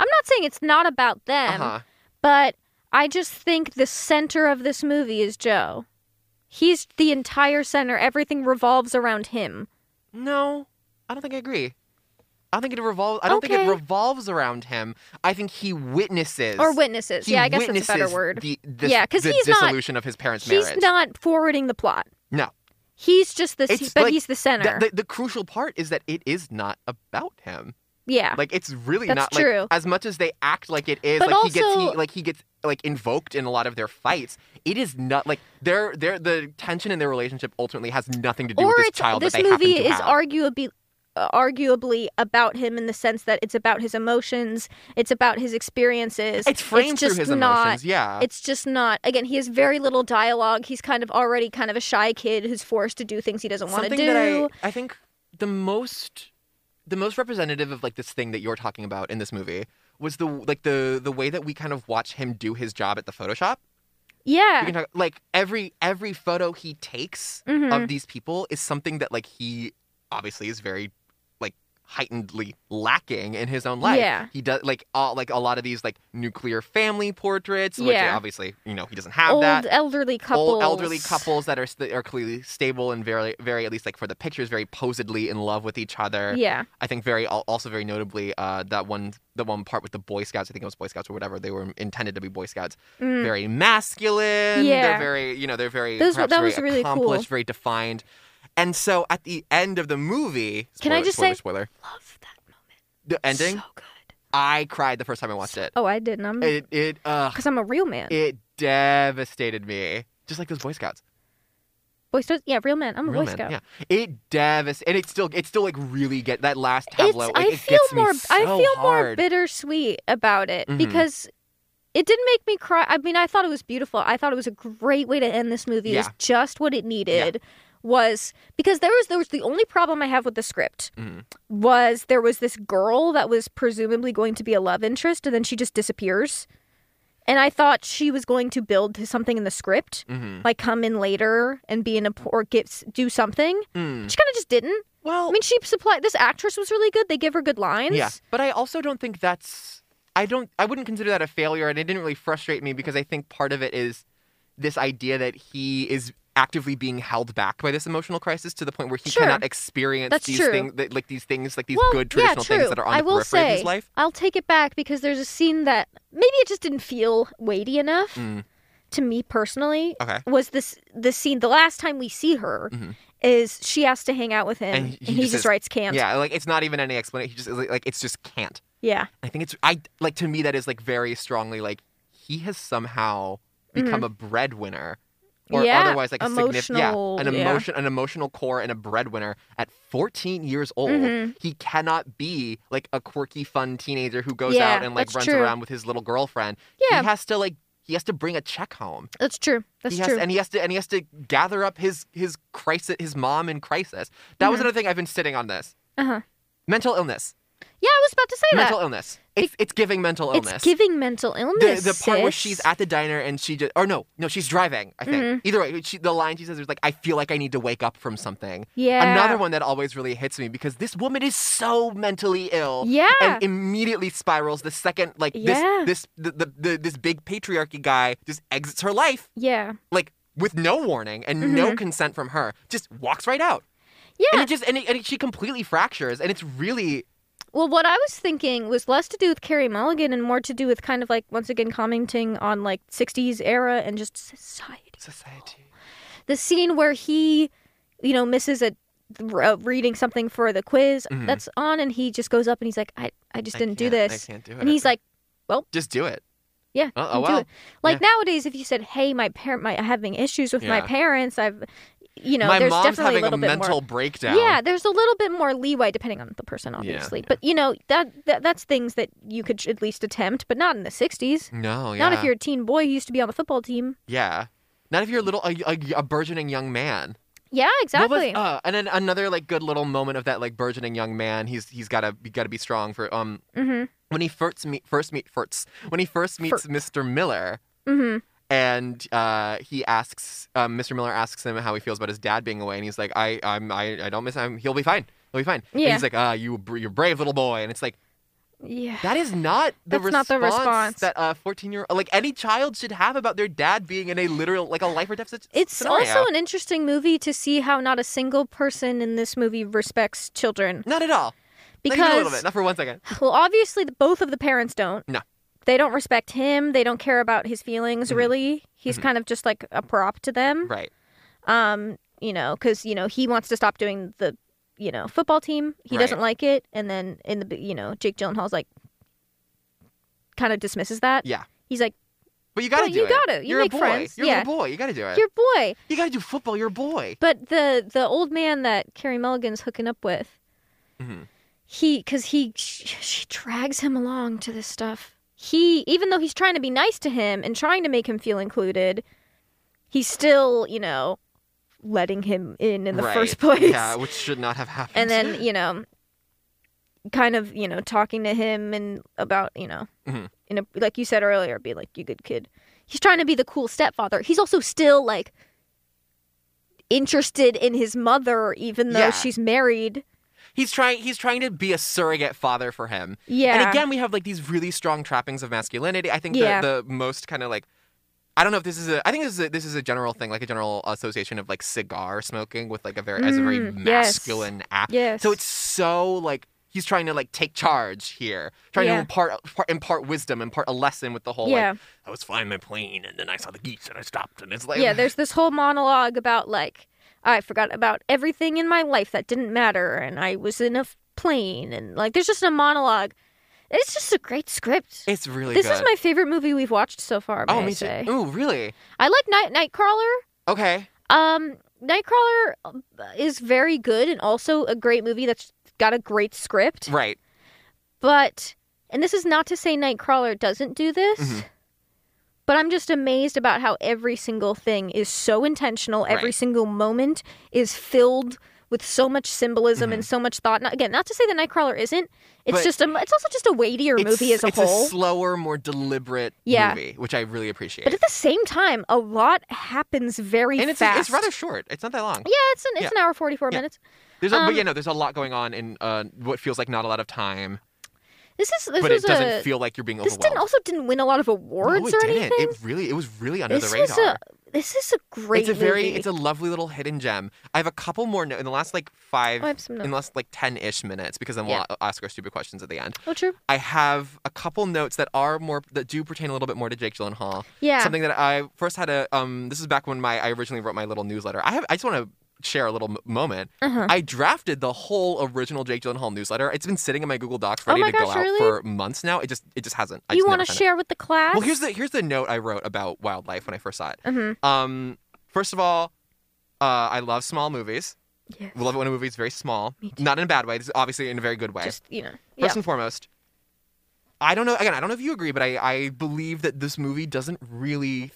[SPEAKER 5] I'm not saying it's not about them,
[SPEAKER 4] Uh-huh.
[SPEAKER 5] but I just think the center of this movie is Joe. He's the entire center. Everything revolves around him.
[SPEAKER 4] No, I don't think I agree. I don't think it revolves. I don't think
[SPEAKER 5] Okay.
[SPEAKER 4] it revolves around him. I think he witnesses
[SPEAKER 5] Or witnesses.
[SPEAKER 4] He
[SPEAKER 5] yeah, I guess that's
[SPEAKER 4] witnesses
[SPEAKER 5] a better word.
[SPEAKER 4] The, this,
[SPEAKER 5] Yeah, 'cause
[SPEAKER 4] the
[SPEAKER 5] he's not-
[SPEAKER 4] dissolution of his parents'
[SPEAKER 5] he's
[SPEAKER 4] marriage.
[SPEAKER 5] not forwarding the plot.
[SPEAKER 4] No.
[SPEAKER 5] He's just the,
[SPEAKER 4] It's
[SPEAKER 5] but
[SPEAKER 4] like-
[SPEAKER 5] he's the center.
[SPEAKER 4] The, the, the crucial part is that it is not about him.
[SPEAKER 5] yeah.
[SPEAKER 4] Like it's really
[SPEAKER 5] That's
[SPEAKER 4] not
[SPEAKER 5] true.
[SPEAKER 4] like as much as they act like it is,
[SPEAKER 5] But
[SPEAKER 4] like he gets he,
[SPEAKER 5] also-
[SPEAKER 4] like he gets like invoked in a lot of their fights. It is not like their their the tension in their relationship ultimately has nothing to do
[SPEAKER 5] or
[SPEAKER 4] with this
[SPEAKER 5] it's,
[SPEAKER 4] child
[SPEAKER 5] this
[SPEAKER 4] that they
[SPEAKER 5] movie
[SPEAKER 4] happen to
[SPEAKER 5] is
[SPEAKER 4] have.
[SPEAKER 5] arguably uh, arguably about him in the sense that it's about his emotions, it's about his experiences.
[SPEAKER 4] it's framed
[SPEAKER 5] just
[SPEAKER 4] through his
[SPEAKER 5] not,
[SPEAKER 4] emotions, yeah.
[SPEAKER 5] It's just not. Again, he has very little dialogue. He's kind of already kind of a shy kid who's forced to do things he doesn't want to
[SPEAKER 4] Something
[SPEAKER 5] do.
[SPEAKER 4] that I I think the most the most representative of like this thing that you're talking about in this movie was the like the the way that we kind of watch him do his job at the Photoshop.
[SPEAKER 5] yeah.
[SPEAKER 4] You can talk, like every every photo he takes
[SPEAKER 5] Mhm.
[SPEAKER 4] of these people is something that like he obviously is very like heightenedly lacking in his own life.
[SPEAKER 5] Yeah.
[SPEAKER 4] He does like all like a lot of these like nuclear family portraits, which
[SPEAKER 5] Yeah.
[SPEAKER 4] obviously you know he doesn't have
[SPEAKER 5] Old
[SPEAKER 4] that.
[SPEAKER 5] elderly couples.
[SPEAKER 4] Old elderly couples that are st- are clearly stable and very very at least like for the pictures very posedly in love with each other.
[SPEAKER 5] Yeah.
[SPEAKER 4] I think very al- also very notably uh, that one the one part with the Boy Scouts I think it was Boy Scouts or whatever they were intended to be Boy Scouts
[SPEAKER 5] Mm.
[SPEAKER 4] very masculine they're
[SPEAKER 5] Yeah.
[SPEAKER 4] very you know they're very
[SPEAKER 5] Those were-
[SPEAKER 4] perhaps
[SPEAKER 5] that
[SPEAKER 4] very
[SPEAKER 5] was really cool.
[SPEAKER 4] accomplished very defined and so at the end of the movie
[SPEAKER 5] Can I
[SPEAKER 4] spoiler,
[SPEAKER 5] just
[SPEAKER 4] spoiler,
[SPEAKER 5] say-
[SPEAKER 4] spoiler
[SPEAKER 5] Love that moment.
[SPEAKER 4] the ending
[SPEAKER 5] So good.
[SPEAKER 4] I cried the first time I watched it.
[SPEAKER 5] Oh, I didn't. I'm
[SPEAKER 4] It it uh
[SPEAKER 5] because I'm a real man.
[SPEAKER 4] it devastated me. Just like those Boy Scouts.
[SPEAKER 5] Boy Scouts, yeah, real man. I'm a
[SPEAKER 4] Real
[SPEAKER 5] Boy
[SPEAKER 4] men,
[SPEAKER 5] Scout.
[SPEAKER 4] Yeah. It devastated and it's still it's still like really get that last
[SPEAKER 5] It's,
[SPEAKER 4] tableau. like,
[SPEAKER 5] I
[SPEAKER 4] it
[SPEAKER 5] feel
[SPEAKER 4] gets me
[SPEAKER 5] more. I
[SPEAKER 4] so
[SPEAKER 5] feel more
[SPEAKER 4] hard.
[SPEAKER 5] bittersweet about it
[SPEAKER 4] Mhm.
[SPEAKER 5] because it didn't make me cry. I mean, I thought it was beautiful. I thought it was a great way to end this movie. It was
[SPEAKER 4] Yeah.
[SPEAKER 5] just what it needed. Was because there was there was the only problem I have with the script
[SPEAKER 4] Mhm.
[SPEAKER 5] was there was this girl that was presumably going to be a love interest and then she just disappears, and I thought she was going to build to something in the script
[SPEAKER 4] Mhm.
[SPEAKER 5] like come in later and be in a or get do something.
[SPEAKER 4] Mm.
[SPEAKER 5] She kind of just didn't.
[SPEAKER 4] Well,
[SPEAKER 5] I mean, she supplied this actress was really good. They give her good lines.
[SPEAKER 4] Yeah, but I also don't think that's. I don't. I wouldn't consider that a failure, and it didn't really frustrate me because I think part of it is this idea that he is actively being held back by this emotional crisis to the point where he
[SPEAKER 5] Sure.
[SPEAKER 4] cannot experience
[SPEAKER 5] That's
[SPEAKER 4] these
[SPEAKER 5] true.
[SPEAKER 4] things, that, like these things, like these
[SPEAKER 5] Well,
[SPEAKER 4] good traditional
[SPEAKER 5] yeah, true.
[SPEAKER 4] things that are on
[SPEAKER 5] I
[SPEAKER 4] the
[SPEAKER 5] will
[SPEAKER 4] periphery
[SPEAKER 5] say,
[SPEAKER 4] of his life.
[SPEAKER 5] I'll take it back because there's a scene that maybe it just didn't feel weighty enough
[SPEAKER 4] Mm.
[SPEAKER 5] to me personally.
[SPEAKER 4] Okay. Mm-hmm.
[SPEAKER 5] Was this the scene the last time we see her is she has to hang out with him
[SPEAKER 4] And
[SPEAKER 5] and
[SPEAKER 4] he
[SPEAKER 5] he, just,
[SPEAKER 4] just says-
[SPEAKER 5] writes can't.
[SPEAKER 4] Yeah, like it's not even any explanation. He just is like, like it's just can't.
[SPEAKER 5] Yeah.
[SPEAKER 4] I think it's I like to me that is like very strongly like he has somehow become a breadwinner or
[SPEAKER 5] Mm-hmm. Yeah,
[SPEAKER 4] otherwise like a significant yeah,
[SPEAKER 5] emotional-
[SPEAKER 4] an
[SPEAKER 5] yeah.
[SPEAKER 4] emotion an emotional core and a breadwinner at 14 years old
[SPEAKER 5] Mm-hmm.
[SPEAKER 4] he cannot be like a quirky fun teenager who goes
[SPEAKER 5] Yeah,
[SPEAKER 4] out and like
[SPEAKER 5] that's
[SPEAKER 4] runs
[SPEAKER 5] true.
[SPEAKER 4] around with his little girlfriend
[SPEAKER 5] Yeah.
[SPEAKER 4] he has to like he has to bring a check home
[SPEAKER 5] That's true. That's
[SPEAKER 4] he has,
[SPEAKER 5] true.
[SPEAKER 4] and he has to and he has to gather up his his crisis his mom in crisis that
[SPEAKER 5] Mm-hmm.
[SPEAKER 4] was another thing I've been sitting on this
[SPEAKER 5] uh-huh.
[SPEAKER 4] mental illness
[SPEAKER 5] Yeah, I was about to say
[SPEAKER 4] mental
[SPEAKER 5] that.
[SPEAKER 4] illness it's, it's giving mental illness
[SPEAKER 5] It's giving mental
[SPEAKER 4] the,
[SPEAKER 5] illness.
[SPEAKER 4] the part where
[SPEAKER 5] sis. Mm-hmm.
[SPEAKER 4] she's at the diner and she just or no no she's driving i think either way she, the line she says is like i feel like i need to wake up from something
[SPEAKER 5] Yeah.
[SPEAKER 4] another one that always really hits me because this woman is so mentally ill
[SPEAKER 5] Yeah.
[SPEAKER 4] and immediately spirals the second like
[SPEAKER 5] Yeah.
[SPEAKER 4] this this the, the, the this big patriarchy guy just exits her life
[SPEAKER 5] Yeah.
[SPEAKER 4] like with no warning and no consent from her just walks right out
[SPEAKER 5] Mm-hmm. Yeah.
[SPEAKER 4] and it just and, it, and it, she completely fractures and it's really
[SPEAKER 5] Well, what I was thinking was less to do with Carrie Mulligan and more to do with kind of like once again commenting on like 60s era and just society.
[SPEAKER 4] society
[SPEAKER 5] The scene where he, you know, misses a uh, reading something for the quiz that's on and he just goes up and he's like I I just
[SPEAKER 4] Mm-hmm. I
[SPEAKER 5] didn't do
[SPEAKER 4] can't- I
[SPEAKER 5] this.
[SPEAKER 4] can't do
[SPEAKER 5] And
[SPEAKER 4] it.
[SPEAKER 5] he's like
[SPEAKER 4] just do it
[SPEAKER 5] yeah,
[SPEAKER 4] Oh, oh,
[SPEAKER 5] you do
[SPEAKER 4] well.
[SPEAKER 5] it." Like nowadays if you said, "Hey, my parent my I'm having issues with my
[SPEAKER 4] Yeah.
[SPEAKER 5] parents. I've you know,
[SPEAKER 4] my
[SPEAKER 5] there's
[SPEAKER 4] mom's
[SPEAKER 5] definitely
[SPEAKER 4] having
[SPEAKER 5] a little bit
[SPEAKER 4] mental
[SPEAKER 5] more
[SPEAKER 4] breakdown
[SPEAKER 5] Yeah, there's a little bit more leeway depending on the person, obviously.
[SPEAKER 4] yeah.
[SPEAKER 5] But you know that, that that's things that you could at least attempt, but not in the '60s.
[SPEAKER 4] no yeah
[SPEAKER 5] Not if you're a teen boy who used to be on the football team.
[SPEAKER 4] Yeah. Not if you're a little a, a, a burgeoning young man.
[SPEAKER 5] Yeah,
[SPEAKER 4] What was-
[SPEAKER 5] exactly.
[SPEAKER 4] uh, and then another like good little moment of that like burgeoning young man. He's he's gotta you gotta be strong for um
[SPEAKER 5] Mhm.
[SPEAKER 4] when he first meet first meet first when he first meets
[SPEAKER 5] First.
[SPEAKER 4] Mr. Miller
[SPEAKER 5] hmm
[SPEAKER 4] and uh, he asks um, Mr. Miller asks him how he feels about his dad being away and he's like I I'm I, I don't miss him he'll be fine he'll be fine And
[SPEAKER 5] Yeah.
[SPEAKER 4] he's like ah you br- you're a brave little boy and it's like
[SPEAKER 5] Yeah.
[SPEAKER 4] that is not the,
[SPEAKER 5] That's not
[SPEAKER 4] response
[SPEAKER 5] the response.
[SPEAKER 4] that a 14 year old like any child should have about their dad being in a literal like a life or death sit-
[SPEAKER 5] It's
[SPEAKER 4] scenario.
[SPEAKER 5] also an interesting movie to see how not a single person in this movie respects children
[SPEAKER 4] Not at all. Not
[SPEAKER 5] because
[SPEAKER 4] even a little bit. Not for one second.
[SPEAKER 5] well, obviously the, both of the parents don't.
[SPEAKER 4] No. Mm-hmm.
[SPEAKER 5] They don't respect him. They don't care about his feelings really. He's kind of just like a prop to them.
[SPEAKER 4] Right.
[SPEAKER 5] um you know because you know he wants to stop doing the you know football team he
[SPEAKER 4] Right.
[SPEAKER 5] doesn't like it and then in the you know jake gyllenhaal's like kind of dismisses that
[SPEAKER 4] Yeah.
[SPEAKER 5] he's like
[SPEAKER 4] But you gotta
[SPEAKER 5] No,
[SPEAKER 4] do
[SPEAKER 5] you
[SPEAKER 4] it.
[SPEAKER 5] gotta. You
[SPEAKER 4] are
[SPEAKER 5] make
[SPEAKER 4] a boy.
[SPEAKER 5] friends.
[SPEAKER 4] You're
[SPEAKER 5] Yeah.
[SPEAKER 4] a boy. You gotta do it.
[SPEAKER 5] your boy
[SPEAKER 4] You gotta do football. You're a boy.
[SPEAKER 5] but the the old man that carrie mulligan's hooking up with
[SPEAKER 4] Mhm.
[SPEAKER 5] he because he she, she drags him along to this stuff he even though he's trying to be nice to him and trying to make him feel included he's still you know letting him in in the
[SPEAKER 4] right.
[SPEAKER 5] first *laughs* place
[SPEAKER 4] Yeah, which should not have happened.
[SPEAKER 5] and then you know kind of you know talking to him and about you know
[SPEAKER 4] Mhm.
[SPEAKER 5] in a, like you said earlier be like you good kid he's trying to be the cool stepfather he's also still like interested in his mother even though
[SPEAKER 4] Yeah.
[SPEAKER 5] she's married
[SPEAKER 4] he's trying. He's trying to be a surrogate father for him.
[SPEAKER 5] yeah
[SPEAKER 4] And again, we have like these really strong trappings of masculinity. I think
[SPEAKER 5] Yeah.
[SPEAKER 4] the, the most kind of like. I don't know if this is a. I think this is a, this is a general thing, like a general association of like cigar smoking with like a very as a very
[SPEAKER 5] Mm, yes.
[SPEAKER 4] masculine act.
[SPEAKER 5] yes
[SPEAKER 4] So it's so like he's trying to like take charge here, trying to
[SPEAKER 5] Yeah.
[SPEAKER 4] impart, impart impart wisdom, impart a lesson with the whole.
[SPEAKER 5] Yeah.
[SPEAKER 4] Like, I was flying my plane and then I saw the geese and I stopped and it's like
[SPEAKER 5] yeah there's this whole monologue about like i forgot about everything in my life that didn't matter and i was in a f- plane and like there's just a monologue It's just a great script.
[SPEAKER 4] It's really
[SPEAKER 5] this
[SPEAKER 4] good.
[SPEAKER 5] is my favorite movie we've watched so far. May
[SPEAKER 4] Oh,
[SPEAKER 5] I
[SPEAKER 4] me
[SPEAKER 5] say.
[SPEAKER 4] too. Ooh, really?
[SPEAKER 5] I like Night Nightcrawler.
[SPEAKER 4] Okay.
[SPEAKER 5] Um, Nightcrawler uh, is very good and also a great movie that's got a great script.
[SPEAKER 4] Right.
[SPEAKER 5] But and this is not to say Nightcrawler doesn't do this.
[SPEAKER 4] Mhm.
[SPEAKER 5] But I'm just amazed about how every single thing is so intentional. Every
[SPEAKER 4] Right.
[SPEAKER 5] single moment is filled with so much symbolism and so much thought. Not, again, not to say that Nightcrawler isn't. It's
[SPEAKER 4] Mm-hmm. But-
[SPEAKER 5] just a. It's also just a weightier movie as a
[SPEAKER 4] it's
[SPEAKER 5] whole.
[SPEAKER 4] It's a slower, more deliberate
[SPEAKER 5] Yeah.
[SPEAKER 4] movie, which I really appreciate.
[SPEAKER 5] but at the same time, a lot happens very
[SPEAKER 4] and it's,
[SPEAKER 5] fast.
[SPEAKER 4] it's rather short. It's not that long.
[SPEAKER 5] Yeah, it's an, it's an hour forty four
[SPEAKER 4] Yeah.
[SPEAKER 5] minutes.
[SPEAKER 4] There's a,
[SPEAKER 5] Um,
[SPEAKER 4] but yeah, no, there's a lot going on in uh, what feels like not a lot of time,
[SPEAKER 5] This is this
[SPEAKER 4] but
[SPEAKER 5] was
[SPEAKER 4] it doesn't
[SPEAKER 5] a,
[SPEAKER 4] feel like you're being
[SPEAKER 5] This
[SPEAKER 4] overwhelmed.
[SPEAKER 5] didn't also didn't win a lot of awards
[SPEAKER 4] no, it
[SPEAKER 5] or
[SPEAKER 4] didn't.
[SPEAKER 5] anything.
[SPEAKER 4] It really, it was really under
[SPEAKER 5] this
[SPEAKER 4] the
[SPEAKER 5] is
[SPEAKER 4] radar.
[SPEAKER 5] a this is a great.
[SPEAKER 4] it's a very,
[SPEAKER 5] movie.
[SPEAKER 4] it's a lovely little hidden gem. I have a couple more no- in the last like five,
[SPEAKER 5] Oh, I have some
[SPEAKER 4] in the
[SPEAKER 5] notes.
[SPEAKER 4] last like ten ish minutes because then we'll
[SPEAKER 5] Yeah.
[SPEAKER 4] a- ask our stupid questions at the end.
[SPEAKER 5] oh true.
[SPEAKER 4] I have a couple notes that are more that do pertain a little bit more to Jake Gyllenhaal.
[SPEAKER 5] Yeah.
[SPEAKER 4] Something that I first had a um. This is back when my I originally wrote my little newsletter. I have. I just want to share a little m- moment.
[SPEAKER 5] Uh-huh.
[SPEAKER 4] I drafted the whole original Jake Gyllenhaal newsletter. It's been sitting in my Google Docs
[SPEAKER 5] Oh
[SPEAKER 4] ready
[SPEAKER 5] my
[SPEAKER 4] to go
[SPEAKER 5] gosh,
[SPEAKER 4] out
[SPEAKER 5] really?
[SPEAKER 4] for months now. It just it just hasn't. I
[SPEAKER 5] you
[SPEAKER 4] want to
[SPEAKER 5] share with the class?
[SPEAKER 4] Well, here's the here's the note I wrote about wildlife when I first saw it.
[SPEAKER 5] Mhm.
[SPEAKER 4] Um, first of all, uh, I love small movies.
[SPEAKER 5] Yes.
[SPEAKER 4] We love it when a movie's very small.
[SPEAKER 5] Me too.
[SPEAKER 4] Not in a bad way. This is obviously in a very good way.
[SPEAKER 5] just you know.
[SPEAKER 4] First
[SPEAKER 5] Yeah.
[SPEAKER 4] and foremost, I don't know. Again, I don't know if you agree, but I, I believe that this movie doesn't really th-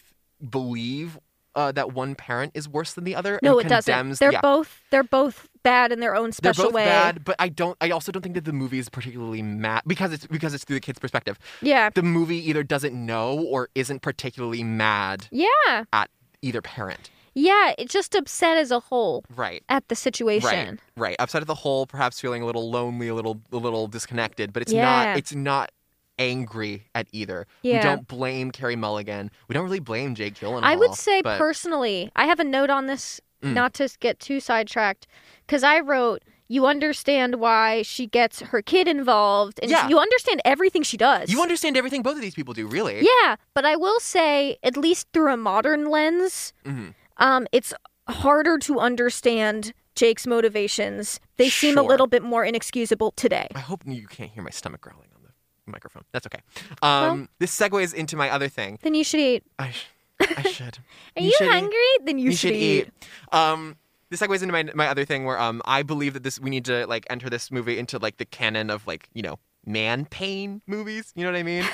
[SPEAKER 4] believe uh, that one parent is worse than the other.
[SPEAKER 5] No, it
[SPEAKER 4] and
[SPEAKER 5] doesn't.
[SPEAKER 4] condemns-
[SPEAKER 5] They're
[SPEAKER 4] yeah.
[SPEAKER 5] both they're both bad in their own
[SPEAKER 4] They're
[SPEAKER 5] special
[SPEAKER 4] both
[SPEAKER 5] way.
[SPEAKER 4] bad, but I don't. I also don't think that the movie is particularly mad because it's because it's through the kid's perspective.
[SPEAKER 5] Yeah.
[SPEAKER 4] The movie either doesn't know or isn't particularly mad
[SPEAKER 5] Yeah.
[SPEAKER 4] at either parent.
[SPEAKER 5] Yeah. It's just upset as a whole
[SPEAKER 4] Right.
[SPEAKER 5] at the situation.
[SPEAKER 4] Right, right. Upset at the whole, perhaps feeling a little lonely, a little, a little disconnected. But it's
[SPEAKER 5] Yeah.
[SPEAKER 4] not. It's not angry at either.
[SPEAKER 5] Yeah.
[SPEAKER 4] We don't blame Carrie Mulligan. We don't really blame Jake Gyllenhaal.
[SPEAKER 5] I would say
[SPEAKER 4] but
[SPEAKER 5] personally, I have a note on this,
[SPEAKER 4] Mm.
[SPEAKER 5] not to get too sidetracked, because I wrote, you understand why she gets her kid involved, and
[SPEAKER 4] Yeah.
[SPEAKER 5] you understand everything she does.
[SPEAKER 4] you understand everything both of these people do, really.
[SPEAKER 5] yeah, but I will say, at least through a modern lens,
[SPEAKER 4] Mhm.
[SPEAKER 5] um, it's harder to understand Jake's motivations. They seem a
[SPEAKER 4] Sure.
[SPEAKER 5] little bit more inexcusable today.
[SPEAKER 4] I hope you can't hear my stomach growling on the microphone. That's okay. Um, this segues into my other thing.
[SPEAKER 5] Then you should eat.
[SPEAKER 4] I, sh- I
[SPEAKER 5] *laughs*
[SPEAKER 4] should.
[SPEAKER 5] Are
[SPEAKER 4] You
[SPEAKER 5] you,
[SPEAKER 4] should eat.
[SPEAKER 5] hungry? Then you, should, eat.
[SPEAKER 4] Um, this segues into my my other thing where um I believe that this we need to like enter this movie into like the canon of like you know man pain movies. You know what
[SPEAKER 5] *laughs*
[SPEAKER 4] I mean?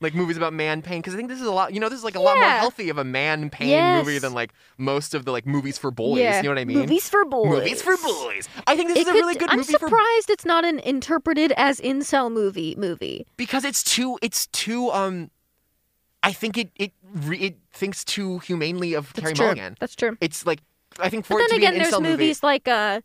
[SPEAKER 4] like movies about man pain because I think this is a lot. You know, this is like a lot more
[SPEAKER 5] Yeah.
[SPEAKER 4] healthy of a man pain movie
[SPEAKER 5] Yes.
[SPEAKER 4] than like most of the like movies for boys.
[SPEAKER 5] Yeah.
[SPEAKER 4] You know what I mean?
[SPEAKER 5] Movies for boys.
[SPEAKER 4] Movies for boys. I think this is
[SPEAKER 5] It
[SPEAKER 4] a
[SPEAKER 5] could-
[SPEAKER 4] really good
[SPEAKER 5] I'm
[SPEAKER 4] movie for
[SPEAKER 5] surprised it's not an interpreted as incel movie movie.
[SPEAKER 4] because it's too it's too um. I think it it re- it thinks too humanely of Carrie
[SPEAKER 5] true.
[SPEAKER 4] Mulligan.
[SPEAKER 5] That's true.
[SPEAKER 4] It's like I think for
[SPEAKER 5] But
[SPEAKER 4] it to
[SPEAKER 5] then again,
[SPEAKER 4] be an
[SPEAKER 5] there's
[SPEAKER 4] incel movie,
[SPEAKER 5] movies like uh,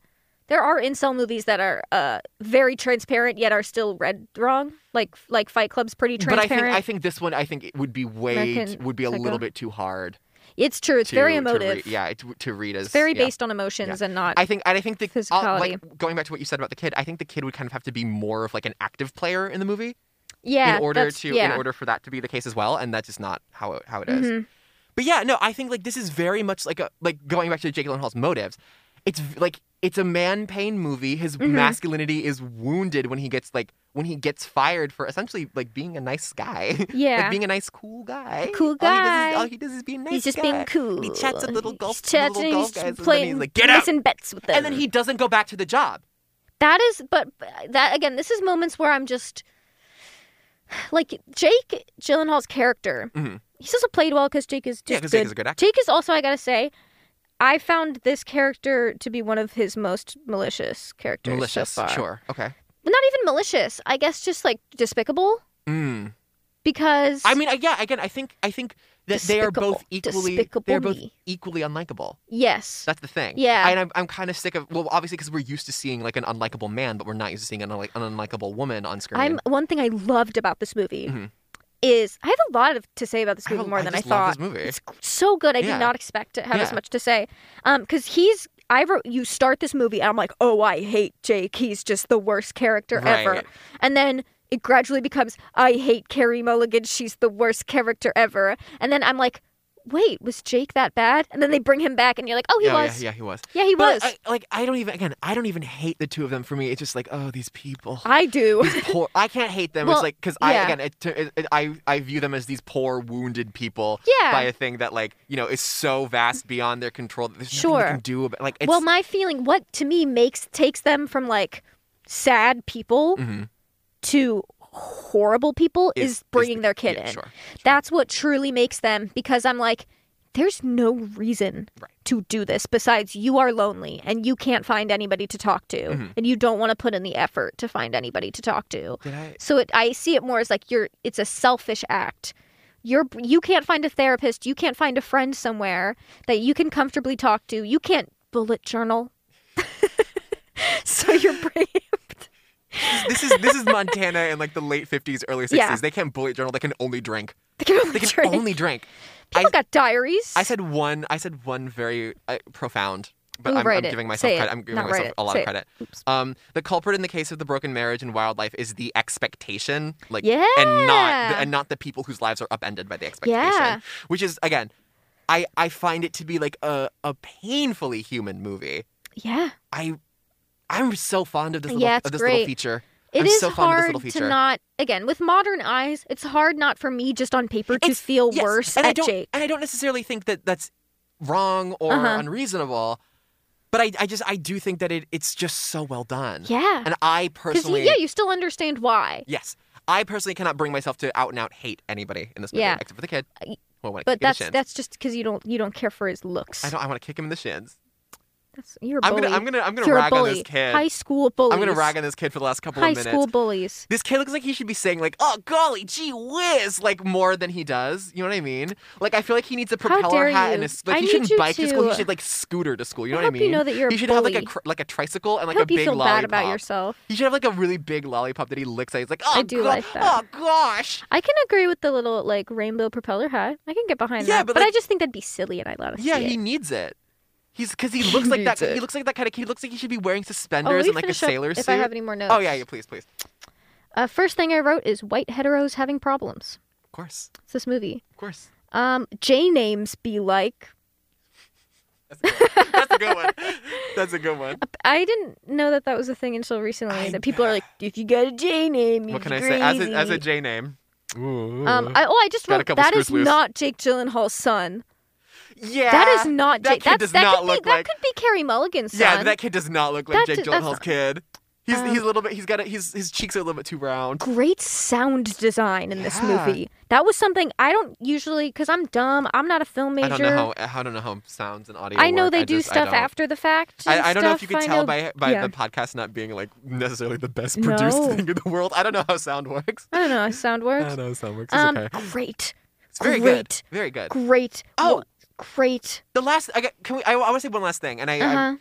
[SPEAKER 5] there are incel movies that are uh very transparent yet are still read wrong. Like like Fight Club's pretty
[SPEAKER 4] But I
[SPEAKER 5] transparent.
[SPEAKER 4] think I think this one I think it would be way
[SPEAKER 5] American
[SPEAKER 4] t- would be a
[SPEAKER 5] Psycho.
[SPEAKER 4] little bit too hard.
[SPEAKER 5] it's true. It's
[SPEAKER 4] To,
[SPEAKER 5] very
[SPEAKER 4] to
[SPEAKER 5] emotive.
[SPEAKER 4] read- yeah, to, to read as
[SPEAKER 5] It's very
[SPEAKER 4] yeah.
[SPEAKER 5] based on emotions and not.
[SPEAKER 4] I think and I think the I'll-
[SPEAKER 5] physicality.
[SPEAKER 4] like going back to what you said about the kid, I think the kid would kind of have to be more of like an active player in the movie
[SPEAKER 5] yeah.
[SPEAKER 4] in order
[SPEAKER 5] that's-
[SPEAKER 4] to
[SPEAKER 5] yeah.
[SPEAKER 4] in order for that to be the case as well, and that's just not how it, how it is.
[SPEAKER 5] Mhm.
[SPEAKER 4] But yeah, no, I think like this is very much like a like going back to Jake Gyllenhaal's motives. It's v- like it's a man pain movie. His
[SPEAKER 5] Mm-hmm.
[SPEAKER 4] masculinity is wounded when he gets like when he gets fired for essentially like being a nice guy. *laughs*
[SPEAKER 5] Yeah.
[SPEAKER 4] like being a nice cool guy.
[SPEAKER 5] Cool guy.
[SPEAKER 4] All he does is, all he does is be a nice
[SPEAKER 5] he's just
[SPEAKER 4] guy.
[SPEAKER 5] being cool.
[SPEAKER 4] And he chats at little golf,
[SPEAKER 5] He's
[SPEAKER 4] little
[SPEAKER 5] chatting. and
[SPEAKER 4] golf
[SPEAKER 5] he's
[SPEAKER 4] guys, and then
[SPEAKER 5] playing,
[SPEAKER 4] he's like, "Get out!"
[SPEAKER 5] missing bets with them.
[SPEAKER 4] And then he doesn't go back to the job.
[SPEAKER 5] That is, but that again, this is moments where I'm just like Jake Gyllenhaal's character.
[SPEAKER 4] Mhm.
[SPEAKER 5] He's also played well because Jake is just
[SPEAKER 4] Yeah, 'cause Jake is a good actor.
[SPEAKER 5] Jake is also, I gotta say, I found this character to be one of his most malicious characters.
[SPEAKER 4] Delicious.
[SPEAKER 5] so far.
[SPEAKER 4] Sure. Okay.
[SPEAKER 5] But not even malicious. I guess just like despicable
[SPEAKER 4] Mm.
[SPEAKER 5] because
[SPEAKER 4] I mean, I- yeah. Again, I think I think that they are both
[SPEAKER 5] Despicable.
[SPEAKER 4] equally they are both
[SPEAKER 5] Despicable me.
[SPEAKER 4] equally unlikable.
[SPEAKER 5] yes,
[SPEAKER 4] That's the thing.
[SPEAKER 5] Yeah.
[SPEAKER 4] and I'm I'm kind of sick of well, obviously because we're used to seeing like an unlikable man, but we're not used to seeing an, unlike, an unlikable woman on screen.
[SPEAKER 5] I'm one thing I loved about this movie
[SPEAKER 4] Mhm.
[SPEAKER 5] is I have a lot of to say about this
[SPEAKER 4] I
[SPEAKER 5] movie
[SPEAKER 4] don't-
[SPEAKER 5] more
[SPEAKER 4] I
[SPEAKER 5] than
[SPEAKER 4] just
[SPEAKER 5] I
[SPEAKER 4] love
[SPEAKER 5] thought.
[SPEAKER 4] this movie.
[SPEAKER 5] It's so good. I
[SPEAKER 4] Yeah.
[SPEAKER 5] did not expect to have as
[SPEAKER 4] Yeah.
[SPEAKER 5] much to say. Um, because he's I wrote you start this movie and I'm like, oh, I hate Jake. He's just the worst character ever.
[SPEAKER 4] Right.
[SPEAKER 5] And then it gradually becomes I hate Carrie Mulligan. She's the worst character ever. And then I'm like. wait, was Jake that bad? And then they bring him back, and you're like, oh, he
[SPEAKER 4] yeah,
[SPEAKER 5] was.
[SPEAKER 4] yeah, yeah, he was.
[SPEAKER 5] Yeah, he
[SPEAKER 4] But
[SPEAKER 5] was. I,
[SPEAKER 4] I, like I don't even again I don't even hate the two of them. For me, it's just like oh these people.
[SPEAKER 5] do.
[SPEAKER 4] These poor. I can't hate them.
[SPEAKER 5] Well,
[SPEAKER 4] it's like because
[SPEAKER 5] yeah.
[SPEAKER 4] I again it, it, it- I I view them as these poor wounded people.
[SPEAKER 5] Yeah.
[SPEAKER 4] By a thing that like you know is so vast beyond their control. That there's nothing
[SPEAKER 5] Sure.
[SPEAKER 4] you can do about. Like
[SPEAKER 5] *laughs*
[SPEAKER 4] it's
[SPEAKER 5] well, my feeling, what to me makes takes them from like sad people
[SPEAKER 4] Mhm.
[SPEAKER 5] to horrible people
[SPEAKER 4] Is-
[SPEAKER 5] is,
[SPEAKER 4] is
[SPEAKER 5] bringing
[SPEAKER 4] the-
[SPEAKER 5] their kid
[SPEAKER 4] yeah,
[SPEAKER 5] in.
[SPEAKER 4] sure,
[SPEAKER 5] That's what truly makes them because I'm like, there's no reason
[SPEAKER 4] Right.
[SPEAKER 5] to do this besides you are lonely and you can't find anybody to talk to
[SPEAKER 4] Mm-hmm.
[SPEAKER 5] and you don't want to put in the effort to find anybody to talk to.
[SPEAKER 4] did I
[SPEAKER 5] So it, I see it more as like you're it's a selfish act. You're you can't find a therapist, you can't find a friend somewhere that you can comfortably talk to. You can't bullet journal. *laughs* so you're brave.
[SPEAKER 4] this is this is Montana in like the late fifties, early sixties.
[SPEAKER 5] *laughs* Yeah.
[SPEAKER 4] They can't bullet journal. They can only drink.
[SPEAKER 5] *laughs* They can only
[SPEAKER 4] They can
[SPEAKER 5] drink.
[SPEAKER 4] only drink. I,
[SPEAKER 5] People got diaries.
[SPEAKER 4] I said one. I said one very uh, profound. But
[SPEAKER 5] Ooh,
[SPEAKER 4] I'm,
[SPEAKER 5] Mm, write
[SPEAKER 4] I'm
[SPEAKER 5] it.
[SPEAKER 4] giving myself
[SPEAKER 5] Say it.
[SPEAKER 4] credit. I'm giving
[SPEAKER 5] Not write
[SPEAKER 4] myself
[SPEAKER 5] it.
[SPEAKER 4] a lot
[SPEAKER 5] Say
[SPEAKER 4] of
[SPEAKER 5] it.
[SPEAKER 4] credit. Um, the culprit in the case of the broken marriage and wildlife is the expectation, like, and not
[SPEAKER 5] Yeah.
[SPEAKER 4] the, and not the people whose lives are upended by the expectation.
[SPEAKER 5] Yeah.
[SPEAKER 4] Which is again, I I find it to be like a a painfully human movie.
[SPEAKER 5] yeah.
[SPEAKER 4] I I'm so fond of this little
[SPEAKER 5] Yeah, it's
[SPEAKER 4] of this
[SPEAKER 5] great.
[SPEAKER 4] little feature.
[SPEAKER 5] It
[SPEAKER 4] I'm
[SPEAKER 5] is
[SPEAKER 4] so fond of this
[SPEAKER 5] hard
[SPEAKER 4] little
[SPEAKER 5] to
[SPEAKER 4] feature.
[SPEAKER 5] not again with modern eyes. It's hard not for me just on paper to
[SPEAKER 4] It's-
[SPEAKER 5] feel
[SPEAKER 4] yes,
[SPEAKER 5] worse
[SPEAKER 4] and I
[SPEAKER 5] at
[SPEAKER 4] don't,
[SPEAKER 5] Jake.
[SPEAKER 4] And I don't necessarily think that that's wrong or
[SPEAKER 5] Uh-huh.
[SPEAKER 4] unreasonable, but I, I just I do think that it it's just so well done.
[SPEAKER 5] Yeah,
[SPEAKER 4] And I
[SPEAKER 5] because
[SPEAKER 4] personally,
[SPEAKER 5] yeah, you still understand why.
[SPEAKER 4] yes, I personally cannot bring myself to out and out hate anybody in this movie
[SPEAKER 5] Yeah.
[SPEAKER 4] except for the kid. Well, I want
[SPEAKER 5] But
[SPEAKER 4] to kick him in the
[SPEAKER 5] that's
[SPEAKER 4] shins.
[SPEAKER 5] that's just because you don't you don't care for his looks.
[SPEAKER 4] I don't. I want to kick him in the shins.
[SPEAKER 5] That's, you're a
[SPEAKER 4] I'm
[SPEAKER 5] bully.
[SPEAKER 4] gonna. I'm gonna. I'm gonna
[SPEAKER 5] You're a
[SPEAKER 4] rag on
[SPEAKER 5] bully.
[SPEAKER 4] this kid.
[SPEAKER 5] High school bullies.
[SPEAKER 4] I'm gonna rag on this kid for the last couple
[SPEAKER 5] High
[SPEAKER 4] of minutes.
[SPEAKER 5] school bullies.
[SPEAKER 4] This kid looks like he should be saying like, "Oh golly, gee whiz," like more than he does. You know what I mean? Like I feel like he needs a propeller
[SPEAKER 5] dare
[SPEAKER 4] hat and
[SPEAKER 5] you.
[SPEAKER 4] a s- like
[SPEAKER 5] I
[SPEAKER 4] he
[SPEAKER 5] need
[SPEAKER 4] shouldn't
[SPEAKER 5] you
[SPEAKER 4] bike to school. He
[SPEAKER 5] to-
[SPEAKER 4] should like scooter to school. You know
[SPEAKER 5] I
[SPEAKER 4] what I
[SPEAKER 5] hope
[SPEAKER 4] mean?
[SPEAKER 5] you know that you're a
[SPEAKER 4] he should have like a
[SPEAKER 5] bully.
[SPEAKER 4] cr- like a tricycle and
[SPEAKER 5] I
[SPEAKER 4] like a
[SPEAKER 5] hope
[SPEAKER 4] big
[SPEAKER 5] you feel
[SPEAKER 4] lollipop.
[SPEAKER 5] bad about yourself.
[SPEAKER 4] He should have like a really big lollipop that he licks at. He's like, "Oh,
[SPEAKER 5] I do
[SPEAKER 4] go-
[SPEAKER 5] like that.
[SPEAKER 4] oh gosh."
[SPEAKER 5] I can agree with the little like rainbow propeller hat. I can get behind
[SPEAKER 4] Yeah,
[SPEAKER 5] that.
[SPEAKER 4] but,
[SPEAKER 5] But, I
[SPEAKER 4] like-
[SPEAKER 5] just think that'd be silly, and I love
[SPEAKER 4] Yeah,
[SPEAKER 5] see
[SPEAKER 4] he
[SPEAKER 5] it.
[SPEAKER 4] needs it. He's because he
[SPEAKER 5] He
[SPEAKER 4] looks like that.
[SPEAKER 5] needs
[SPEAKER 4] He
[SPEAKER 5] it.
[SPEAKER 4] looks like that kind of kid. He looks like he should be wearing
[SPEAKER 5] Oh, will
[SPEAKER 4] suspenders
[SPEAKER 5] you
[SPEAKER 4] and like a
[SPEAKER 5] finish up
[SPEAKER 4] sailor
[SPEAKER 5] if
[SPEAKER 4] suit.
[SPEAKER 5] I have any more notes.
[SPEAKER 4] oh yeah, yeah. Please, please.
[SPEAKER 5] Uh, first thing I wrote is white heteros having problems.
[SPEAKER 4] Of course,
[SPEAKER 5] It's this movie.
[SPEAKER 4] of course.
[SPEAKER 5] Um, J names be like.
[SPEAKER 4] That's a good one.
[SPEAKER 5] *laughs*
[SPEAKER 4] That's a good one. That's a good one.
[SPEAKER 5] I didn't know that that was a thing until recently.
[SPEAKER 4] I-
[SPEAKER 5] that people are like, if you got a J name, you
[SPEAKER 4] What can I say? As a, as a
[SPEAKER 5] crazy."
[SPEAKER 4] J name.
[SPEAKER 5] Um, I, oh, I just
[SPEAKER 4] Got a
[SPEAKER 5] wrote
[SPEAKER 4] couple
[SPEAKER 5] that is
[SPEAKER 4] screws loose.
[SPEAKER 5] not Jake Gyllenhaal's son.
[SPEAKER 4] yeah.
[SPEAKER 5] that is not
[SPEAKER 4] that
[SPEAKER 5] Jake.
[SPEAKER 4] kid
[SPEAKER 5] That's,
[SPEAKER 4] does
[SPEAKER 5] that
[SPEAKER 4] not
[SPEAKER 5] could
[SPEAKER 4] look
[SPEAKER 5] be,
[SPEAKER 4] like.
[SPEAKER 5] that could be Carrie Mulligan's son.
[SPEAKER 4] yeah, that kid does not look like
[SPEAKER 5] That
[SPEAKER 4] Jake
[SPEAKER 5] d- that's
[SPEAKER 4] Gyllenhaal's
[SPEAKER 5] not-
[SPEAKER 4] kid. He's
[SPEAKER 5] Um,
[SPEAKER 4] he's a little bit. He's got a, He's his cheeks are a little bit too round.
[SPEAKER 5] Great sound design in this
[SPEAKER 4] Yeah.
[SPEAKER 5] movie. That was something I don't usually because I'm dumb. I'm not a film major.
[SPEAKER 4] I don't know how. I don't know how sounds and audio.
[SPEAKER 5] I know
[SPEAKER 4] work.
[SPEAKER 5] they do
[SPEAKER 4] just- I
[SPEAKER 5] stuff
[SPEAKER 4] don't-
[SPEAKER 5] after the fact. and
[SPEAKER 4] I, I don't know if you
[SPEAKER 5] stuff.
[SPEAKER 4] could
[SPEAKER 5] I
[SPEAKER 4] tell
[SPEAKER 5] know-
[SPEAKER 4] by by
[SPEAKER 5] yeah.
[SPEAKER 4] the podcast not being like necessarily the best produced
[SPEAKER 5] No.
[SPEAKER 4] thing in the world. I don't know how sound works.
[SPEAKER 5] I don't know how sound
[SPEAKER 4] I
[SPEAKER 5] works.
[SPEAKER 4] don't know how sound works. It's
[SPEAKER 5] Um,
[SPEAKER 4] okay.
[SPEAKER 5] great,
[SPEAKER 4] It's very good.
[SPEAKER 5] great.
[SPEAKER 4] Very good.
[SPEAKER 5] great.
[SPEAKER 4] Oh.
[SPEAKER 5] wa- great.
[SPEAKER 4] The last. I got, can we? I, I want to say one last thing, and I,
[SPEAKER 5] Uh
[SPEAKER 4] I
[SPEAKER 5] huh.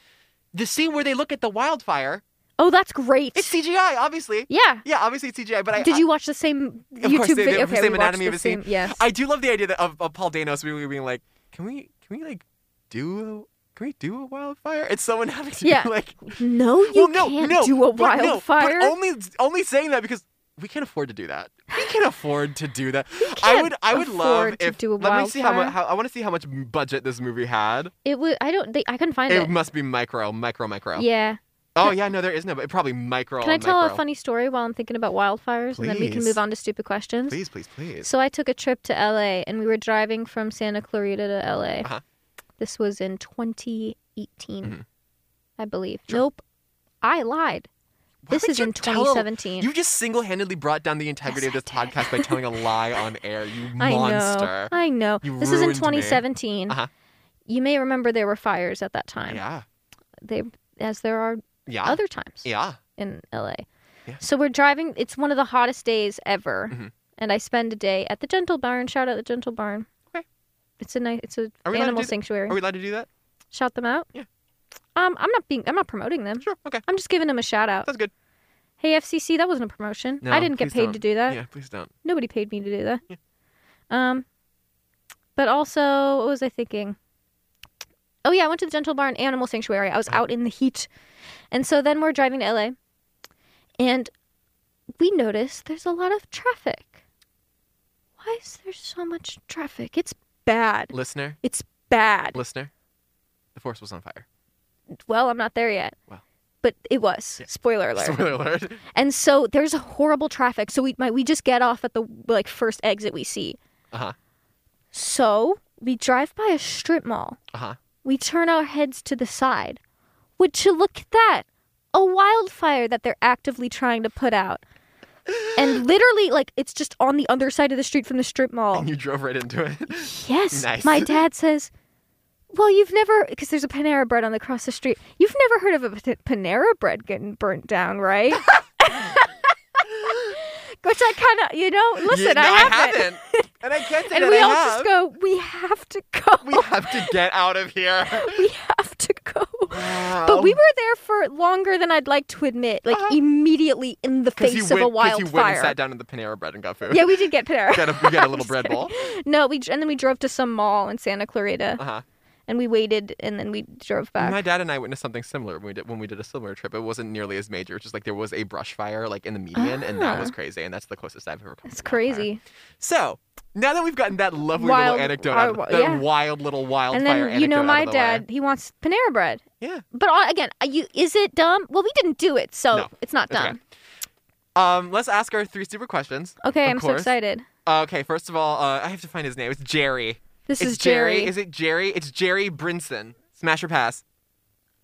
[SPEAKER 4] the scene where they look at the wildfire.
[SPEAKER 5] Oh, that's great.
[SPEAKER 4] It's CGI, obviously.
[SPEAKER 5] yeah.
[SPEAKER 4] Yeah, obviously it's CGI, but I
[SPEAKER 5] Did you watch the same
[SPEAKER 4] Of course
[SPEAKER 5] YouTube
[SPEAKER 4] they- they
[SPEAKER 5] video?
[SPEAKER 4] have the
[SPEAKER 5] okay,
[SPEAKER 4] same
[SPEAKER 5] we watched
[SPEAKER 4] anatomy
[SPEAKER 5] the
[SPEAKER 4] of a scene.
[SPEAKER 5] same- Yes.
[SPEAKER 4] I do love the idea that of, of Paul Dano's really being like, can we can we like do a can we do a wildfire? It's someone *laughs* having to
[SPEAKER 5] Yeah.
[SPEAKER 4] be like,
[SPEAKER 5] No, you
[SPEAKER 4] well, no,
[SPEAKER 5] can't
[SPEAKER 4] no,
[SPEAKER 5] do a
[SPEAKER 4] but oh no,
[SPEAKER 5] wildfire.
[SPEAKER 4] But only only saying that because we can't afford to do that. We can't afford to do
[SPEAKER 5] *laughs*
[SPEAKER 4] that. I
[SPEAKER 5] can't
[SPEAKER 4] would I would love
[SPEAKER 5] afford to
[SPEAKER 4] if
[SPEAKER 5] do a
[SPEAKER 4] let me see how much
[SPEAKER 5] wildfire.
[SPEAKER 4] how, I want to see how much budget this movie had.
[SPEAKER 5] it was. I don't. They, I couldn't find
[SPEAKER 4] It
[SPEAKER 5] it.
[SPEAKER 4] must be micro, micro, micro.
[SPEAKER 5] yeah.
[SPEAKER 4] Oh yeah, no, there is no, but probably micro.
[SPEAKER 5] Can I
[SPEAKER 4] on
[SPEAKER 5] tell
[SPEAKER 4] micro.
[SPEAKER 5] a funny story while I'm thinking about wildfires, and then we can
[SPEAKER 4] Please.
[SPEAKER 5] move on to stupid questions?
[SPEAKER 4] Please, please, please.
[SPEAKER 5] So I took a trip to LA, and we were driving from Santa Clarita to LA.
[SPEAKER 4] Uh-huh.
[SPEAKER 5] This was in 2018,
[SPEAKER 4] Mhm.
[SPEAKER 5] I believe.
[SPEAKER 4] Sure.
[SPEAKER 5] Nope, I lied.
[SPEAKER 4] Why
[SPEAKER 5] This
[SPEAKER 4] would
[SPEAKER 5] is
[SPEAKER 4] you
[SPEAKER 5] in
[SPEAKER 4] tell-
[SPEAKER 5] 2017.
[SPEAKER 4] You just single-handedly brought down the integrity
[SPEAKER 5] Yes,
[SPEAKER 4] of this
[SPEAKER 5] I did.
[SPEAKER 4] podcast by telling a lie on air. You
[SPEAKER 5] *laughs* I
[SPEAKER 4] monster.
[SPEAKER 5] know. I know.
[SPEAKER 4] You
[SPEAKER 5] this is in
[SPEAKER 4] ruined me.
[SPEAKER 5] 2017.
[SPEAKER 4] Uh-huh.
[SPEAKER 5] You may remember there were fires at that time.
[SPEAKER 4] Yeah.
[SPEAKER 5] They, as there are
[SPEAKER 4] Yeah.
[SPEAKER 5] other times
[SPEAKER 4] yeah.
[SPEAKER 5] in LA.
[SPEAKER 4] Yeah.
[SPEAKER 5] So we're driving. It's one of the hottest days ever,
[SPEAKER 4] Mhm.
[SPEAKER 5] and I spend a day at the Gentle Barn. Shout out the Gentle Barn.
[SPEAKER 4] Okay.
[SPEAKER 5] It's a nice. It's an
[SPEAKER 4] Are we allowed to
[SPEAKER 5] animal
[SPEAKER 4] do that?
[SPEAKER 5] sanctuary.
[SPEAKER 4] Are we allowed to do that?
[SPEAKER 5] Shout them out.
[SPEAKER 4] Yeah.
[SPEAKER 5] Um, I'm not being. I'm not promoting them.
[SPEAKER 4] Sure. Okay.
[SPEAKER 5] I'm just giving them a shout out.
[SPEAKER 4] That's good.
[SPEAKER 5] Hey FCC, that wasn't a promotion.
[SPEAKER 4] No,
[SPEAKER 5] I didn't get
[SPEAKER 4] please
[SPEAKER 5] paid
[SPEAKER 4] don't.
[SPEAKER 5] to do that.
[SPEAKER 4] Yeah. Please don't.
[SPEAKER 5] Nobody paid me to do that. Um, but also, what was I thinking? Oh yeah, I went to the Gentle Barn Animal Sanctuary. I was out in the heat, and so then we're driving to LA, and we notice there's a lot of traffic. Why is there so much traffic? It's bad.
[SPEAKER 4] Listener,
[SPEAKER 5] It's bad.
[SPEAKER 4] listener, the force was on fire.
[SPEAKER 5] Well, I'm not there yet.
[SPEAKER 4] Well.
[SPEAKER 5] But it was. Spoiler alert.
[SPEAKER 4] Spoiler alert.
[SPEAKER 5] And so there's a horrible traffic. So we my, we just get off at the like first exit we see.
[SPEAKER 4] Uh huh.
[SPEAKER 5] So we drive by a strip mall.
[SPEAKER 4] Uh huh.
[SPEAKER 5] We turn our heads to the side. Would you look at that? A wildfire that they're actively trying to put out. And literally, like, it's just on the other side of the street from the strip mall.
[SPEAKER 4] And *laughs* you drove right into
[SPEAKER 5] *laughs*
[SPEAKER 4] it.
[SPEAKER 5] Yes.
[SPEAKER 4] Nice.
[SPEAKER 5] My dad says, Well, you've never, because there's a Panera bread on the cross the street. You've never heard of a Pan- Panera bread getting burnt down,
[SPEAKER 4] *laughs*
[SPEAKER 5] right? Which I kind of, you know, listen,
[SPEAKER 4] You- no,
[SPEAKER 5] I, haven't.
[SPEAKER 4] And
[SPEAKER 5] *laughs*
[SPEAKER 4] I can't say
[SPEAKER 5] And
[SPEAKER 4] that
[SPEAKER 5] we
[SPEAKER 4] I
[SPEAKER 5] all
[SPEAKER 4] have.
[SPEAKER 5] just go, "Oh." We have to go.
[SPEAKER 4] *laughs* we have to get out of here.
[SPEAKER 5] *laughs* we have to go. *laughs* But we were there for longer than I'd like to admit, like immediately in the
[SPEAKER 4] Because you
[SPEAKER 5] face
[SPEAKER 4] went,
[SPEAKER 5] of a
[SPEAKER 4] *laughs* Uh-huh. 'cause you went and
[SPEAKER 5] wildfire.
[SPEAKER 4] sat down in the Panera Bread and got food.
[SPEAKER 5] *laughs* Yeah, we did get Panera.
[SPEAKER 4] got a,
[SPEAKER 5] *laughs*
[SPEAKER 4] you got a little
[SPEAKER 5] just
[SPEAKER 4] bread
[SPEAKER 5] kidding.
[SPEAKER 4] bowl.
[SPEAKER 5] No, we and then we drove to some mall in Santa Clarita,
[SPEAKER 4] Uh huh.
[SPEAKER 5] and we waited, and then we drove back.
[SPEAKER 4] My dad and I witnessed something similar when we did when we did a similar trip. It wasn't nearly as major. It's just like there was a brush fire like in the median, and that
[SPEAKER 5] Ah.
[SPEAKER 4] was crazy. And that's the closest I've ever come.
[SPEAKER 5] it's
[SPEAKER 4] to a wildfire.
[SPEAKER 5] crazy.
[SPEAKER 4] So now that we've gotten that lovely
[SPEAKER 5] Wild-
[SPEAKER 4] little anecdote,
[SPEAKER 5] our-
[SPEAKER 4] out of, that
[SPEAKER 5] yeah.
[SPEAKER 4] wild little wildfire
[SPEAKER 5] And then you know
[SPEAKER 4] anecdote
[SPEAKER 5] my
[SPEAKER 4] out of the
[SPEAKER 5] dad,
[SPEAKER 4] way.
[SPEAKER 5] he wants Panera bread.
[SPEAKER 4] Yeah.
[SPEAKER 5] But all, again, are you is it dumb? Well, we didn't do it, so
[SPEAKER 4] No,
[SPEAKER 5] it's not
[SPEAKER 4] it's okay.
[SPEAKER 5] dumb.
[SPEAKER 4] Um, let's ask our three super questions.
[SPEAKER 5] Okay,
[SPEAKER 4] of
[SPEAKER 5] I'm so
[SPEAKER 4] course.
[SPEAKER 5] excited.
[SPEAKER 4] Okay, first of all, uh, I have to find his name. It's Jerry.
[SPEAKER 5] This
[SPEAKER 4] it's
[SPEAKER 5] is Jerry.
[SPEAKER 4] Is it Jerry? It's Jerry Brinson. Smash or pass?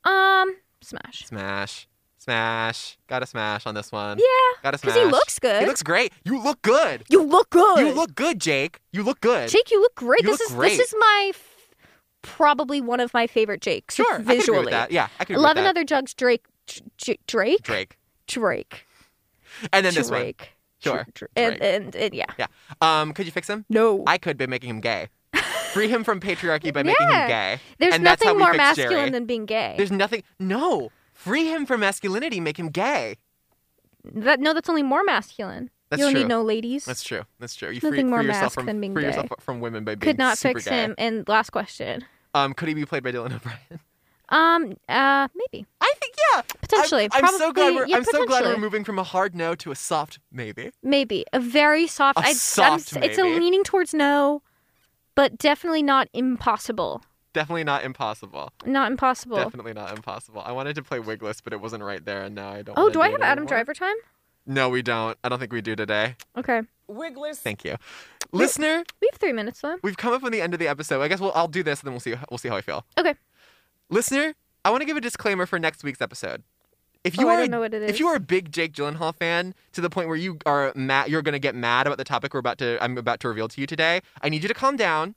[SPEAKER 5] um, smash.
[SPEAKER 4] Smash. Smash. Gotta smash on this one.
[SPEAKER 5] Yeah,
[SPEAKER 4] Gotta smash.
[SPEAKER 5] because he looks good.
[SPEAKER 4] He looks great. You look good.
[SPEAKER 5] you look good.
[SPEAKER 4] You look good, Jake. You look good.
[SPEAKER 5] Jake, you look great.
[SPEAKER 4] You
[SPEAKER 5] this
[SPEAKER 4] look
[SPEAKER 5] is
[SPEAKER 4] great.
[SPEAKER 5] this is my f- probably one of my favorite Jakes.
[SPEAKER 4] sure. I can agree with
[SPEAKER 5] visually.
[SPEAKER 4] that. Yeah, I can agree
[SPEAKER 5] Love
[SPEAKER 4] with that.
[SPEAKER 5] another Jugs Drake, J- J- Drake,
[SPEAKER 4] Drake.
[SPEAKER 5] Drake,
[SPEAKER 4] And then this one.
[SPEAKER 5] Drake,
[SPEAKER 4] Sure.
[SPEAKER 5] Dr- and,
[SPEAKER 4] Drake.
[SPEAKER 5] and and yeah,
[SPEAKER 4] Yeah. Um, could you fix him?
[SPEAKER 5] no.
[SPEAKER 4] I could by making
[SPEAKER 5] *laughs*
[SPEAKER 4] him gay. Free him from patriarchy by making him
[SPEAKER 5] Yeah.
[SPEAKER 4] gay.
[SPEAKER 5] There's
[SPEAKER 4] and that's how
[SPEAKER 5] nothing
[SPEAKER 4] we
[SPEAKER 5] more
[SPEAKER 4] fix
[SPEAKER 5] masculine
[SPEAKER 4] Jerry.
[SPEAKER 5] than being gay.
[SPEAKER 4] There's nothing. No. Free him from masculinity. Make him gay.
[SPEAKER 5] That, no, that's only more masculine.
[SPEAKER 4] That's
[SPEAKER 5] you don't
[SPEAKER 4] true.
[SPEAKER 5] need no ladies.
[SPEAKER 4] That's true. That's true. You
[SPEAKER 5] Nothing
[SPEAKER 4] free,
[SPEAKER 5] more
[SPEAKER 4] free yourself
[SPEAKER 5] masked
[SPEAKER 4] from
[SPEAKER 5] than being
[SPEAKER 4] free
[SPEAKER 5] gay.
[SPEAKER 4] yourself from women by being
[SPEAKER 5] Could not
[SPEAKER 4] super
[SPEAKER 5] fix
[SPEAKER 4] gay.
[SPEAKER 5] him. And last question.
[SPEAKER 4] Um, could he be played by Dylan O'Brien? *laughs*
[SPEAKER 5] Um. Uh. Maybe.
[SPEAKER 4] I think yeah.
[SPEAKER 5] Potentially.
[SPEAKER 4] I'm, I'm so glad
[SPEAKER 5] Probably-
[SPEAKER 4] we're
[SPEAKER 5] yeah,
[SPEAKER 4] I'm so glad we're
[SPEAKER 5] potentially.
[SPEAKER 4] moving from a hard no to a soft maybe.
[SPEAKER 5] Maybe a very soft.
[SPEAKER 4] A
[SPEAKER 5] I'd- I'm
[SPEAKER 4] soft
[SPEAKER 5] s- It's a
[SPEAKER 4] maybe.
[SPEAKER 5] leaning towards no, but definitely not impossible.
[SPEAKER 4] Definitely not impossible.
[SPEAKER 5] Not impossible.
[SPEAKER 4] Definitely not impossible. I wanted to play Wigless, but it wasn't right there, and now I don't.
[SPEAKER 5] Oh,
[SPEAKER 4] wanna
[SPEAKER 5] do I
[SPEAKER 4] it
[SPEAKER 5] have Adam
[SPEAKER 4] anymore.
[SPEAKER 5] Driver time?
[SPEAKER 4] No, we don't. I don't think we do today.
[SPEAKER 5] Okay,
[SPEAKER 4] Thank you, listener.
[SPEAKER 5] we have three minutes left.
[SPEAKER 4] We've come up on the end of the episode. I guess we'll I'll do this, and then we'll see we'll see how I feel.
[SPEAKER 5] Okay.
[SPEAKER 4] Listener, I want to give a disclaimer for next week's episode. If you
[SPEAKER 5] Oh,
[SPEAKER 4] are
[SPEAKER 5] I
[SPEAKER 4] a,
[SPEAKER 5] don't know what it
[SPEAKER 4] if you
[SPEAKER 5] is.
[SPEAKER 4] are a big Jake Gyllenhaal fan to the point where you are mad, you're going to get mad about the topic we're about to I'm about to reveal to you today. I need you to calm down.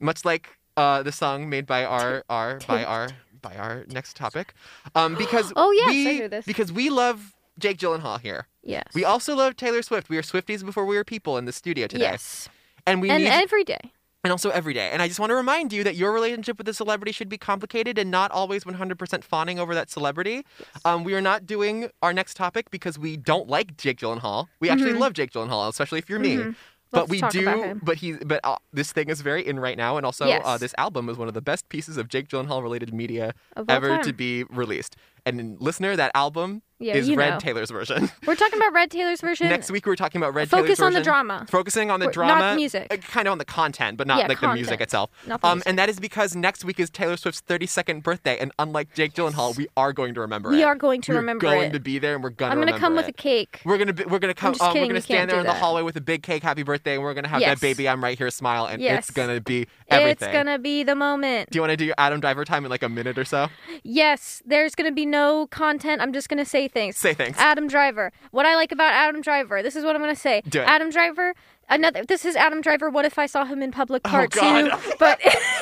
[SPEAKER 4] Much like uh, the song made by our
[SPEAKER 5] *laughs*
[SPEAKER 4] our by our by our next topic, um, because
[SPEAKER 5] *gasps* Oh, yes, I
[SPEAKER 4] we-
[SPEAKER 5] knew this.
[SPEAKER 4] because we love Jake Gyllenhaal here.
[SPEAKER 5] Yes.
[SPEAKER 4] We also love Taylor Swift. We are Swifties before we were people in the studio today.
[SPEAKER 5] Yes.
[SPEAKER 4] and we
[SPEAKER 5] and
[SPEAKER 4] need
[SPEAKER 5] every day.
[SPEAKER 4] and also every day. And I just want to remind you that your relationship with a celebrity should be complicated and not always 100% fawning over that celebrity. Um, we are not doing our next topic because we don't like Jake Gyllenhaal. We actually love Jake Gyllenhaal, especially if you're me. But
[SPEAKER 5] Mm-hmm. Let's
[SPEAKER 4] we
[SPEAKER 5] talk about
[SPEAKER 4] do,
[SPEAKER 5] him.
[SPEAKER 4] but he, but uh, this thing is very in right now, and also
[SPEAKER 5] Yes.
[SPEAKER 4] uh, this album is one of the best pieces of Jake Gyllenhaal related media
[SPEAKER 5] Of all
[SPEAKER 4] ever to
[SPEAKER 5] time.
[SPEAKER 4] be released. And listener, that album
[SPEAKER 5] Yeah,
[SPEAKER 4] is
[SPEAKER 5] you
[SPEAKER 4] Red
[SPEAKER 5] know.
[SPEAKER 4] Taylor's version.
[SPEAKER 5] We're talking about Red Taylor's version.
[SPEAKER 4] Next week we're talking about Red
[SPEAKER 5] Focus
[SPEAKER 4] Taylor's
[SPEAKER 5] on the
[SPEAKER 4] version.
[SPEAKER 5] drama.
[SPEAKER 4] Focusing on the
[SPEAKER 5] We're- not
[SPEAKER 4] drama.
[SPEAKER 5] music.
[SPEAKER 4] uh, Kind of on the content, but not
[SPEAKER 5] Yeah,
[SPEAKER 4] like the music
[SPEAKER 5] content.
[SPEAKER 4] itself.
[SPEAKER 5] Not the
[SPEAKER 4] um
[SPEAKER 5] music.
[SPEAKER 4] and that is because next week is Taylor Swift's 32nd birthday and unlike Jake Gyllenhaal, we are going to remember
[SPEAKER 5] We
[SPEAKER 4] it.
[SPEAKER 5] are going to
[SPEAKER 4] We're
[SPEAKER 5] remember
[SPEAKER 4] going
[SPEAKER 5] it.
[SPEAKER 4] to be there and we're going
[SPEAKER 5] I'm
[SPEAKER 4] to
[SPEAKER 5] gonna come with a
[SPEAKER 4] it.
[SPEAKER 5] cake.
[SPEAKER 4] We're going to be, we're going to come
[SPEAKER 5] just
[SPEAKER 4] um, we're
[SPEAKER 5] kidding,
[SPEAKER 4] going to
[SPEAKER 5] you can't
[SPEAKER 4] stand there
[SPEAKER 5] do
[SPEAKER 4] in the
[SPEAKER 5] that.
[SPEAKER 4] hallway with a big cake happy birthday and we're going to have
[SPEAKER 5] Yes.
[SPEAKER 4] that baby I'm right here smile and it's
[SPEAKER 5] Yes.
[SPEAKER 4] going to be
[SPEAKER 5] it's
[SPEAKER 4] everything.
[SPEAKER 5] gonna be the moment.
[SPEAKER 4] Do you want to do your Adam Driver time in like a minute or so?
[SPEAKER 5] Yes, there's gonna be no content. I'm just gonna say things.
[SPEAKER 4] Say things.
[SPEAKER 5] Adam Driver. What I like about Adam Driver. This is what I'm gonna say.
[SPEAKER 4] Do it.
[SPEAKER 5] Adam Driver. Another. This is Adam Driver. What if I saw him in public part
[SPEAKER 4] Oh, God.
[SPEAKER 5] two?
[SPEAKER 4] *laughs*
[SPEAKER 5] But *laughs*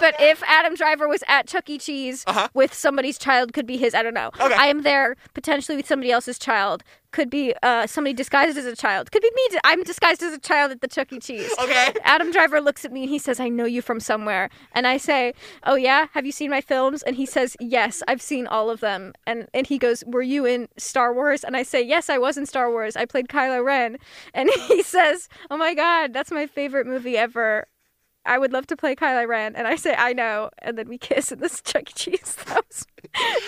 [SPEAKER 5] but if Adam Driver was at Chuck E. Cheese
[SPEAKER 4] Uh-huh.
[SPEAKER 5] with somebody's child, could be his. I don't know.
[SPEAKER 4] Okay.
[SPEAKER 5] I am there potentially with somebody else's child. Could be uh, somebody disguised as a child. Could be me. di- I'm disguised as a child at the Chuck E. Cheese.
[SPEAKER 4] Okay.
[SPEAKER 5] Adam Driver looks at me and he says, I know you from somewhere. And I say, Oh, yeah? Have you seen my films? And he says, Yes, I've seen all of them. And, and he goes, Were you in Star Wars? And I say, Yes, I was in Star Wars. I played Kylo Ren. And *laughs* he says, Oh my God, that's my favorite movie ever. I would love to play Kylo Ren. And I say, I know. And then we *laughs* kiss in this Chuck E. Cheese
[SPEAKER 4] *laughs*
[SPEAKER 5] house.